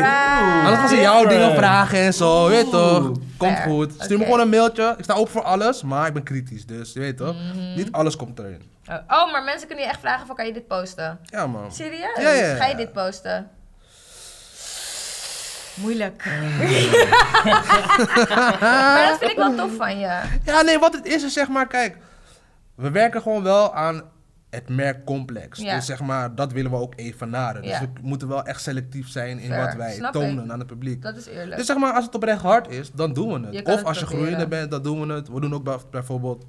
Anders gaan ze jouw dingen vragen en zo, weet je toch? Komt
Fair.
goed. Stuur me
Oké.
gewoon een mailtje. Ik sta open voor alles, maar ik ben kritisch, dus je weet toch?
Mm.
Niet alles komt erin.
Oh, oh, maar mensen kunnen je echt vragen van kan je dit posten?
Ja man.
Serieus?
Ja, ja, ja.
Ga je dit posten? Moeilijk.
Ah.
maar dat vind ik wel tof van je.
Ja, nee, wat het is is zeg maar, kijk, we werken gewoon wel aan het merk complex.
Ja.
Dus zeg maar, dat willen we ook evenaren. Dus
Ja.
we moeten wel echt selectief zijn in
Fair,
wat wij
snap
tonen
ik.
aan het publiek.
Dat is eerlijk.
Dus zeg maar, als het oprecht hard is, dan doen we het.
Je kan
of
het
als je
proberen.
groeiende bent, dan doen we het. We doen ook bij- bijvoorbeeld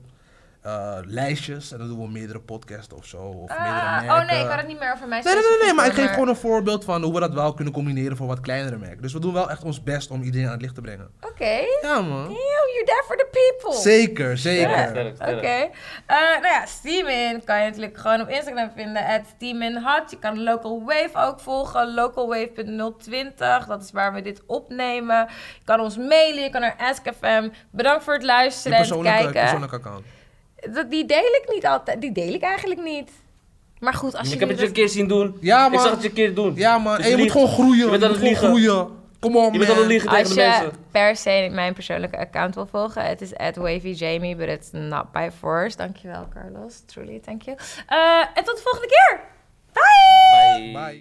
eh, lijstjes en dan doen we meerdere podcasts of zo. Of
Ah,
meerdere merken.
oh nee, ik had het niet meer over mij.
Nee, nee, nee, nee, maar ik geef gewoon een voorbeeld van hoe we dat wel kunnen combineren voor wat kleinere merken. Dus we doen wel echt ons best om iedereen aan het licht te brengen.
Oké.
Ja, man.
Damn, you're there for the people.
Zeker,
Ja,
zeker.
sterk,
Oké.
sterk.
Eh, nou ja, Steamin kan je natuurlijk gewoon op Instagram vinden. At Hot. Je kan Local Wave ook volgen. Localwave.020. Dat is waar we dit opnemen. Je kan ons mailen. Je kan naar AskFM. Bedankt voor het
Je
luisteren en het
persoonlijke,
kijken.
persoonlijke account.
Dat, die deel ik niet altijd. Die deel ik eigenlijk niet. Maar goed, als je... dus
Ik heb
nu
het je een
dat-
keer zien doen.
Ja, man.
Ik zag het je een keer doen.
Ja, man.
Het is
en je moet
lief.
gewoon groeien.
Je bent aan het
gewoon
liegen.
groeien. Kom on,
Je bent aan het liegen tegen
Als
de
je
mensen.
per se mijn persoonlijke account wil volgen, het is at wavyjamie, but it's not by force. Dankjewel, Carlos. Truly, thank you. Eh, en tot de volgende keer. Bye!
Bye.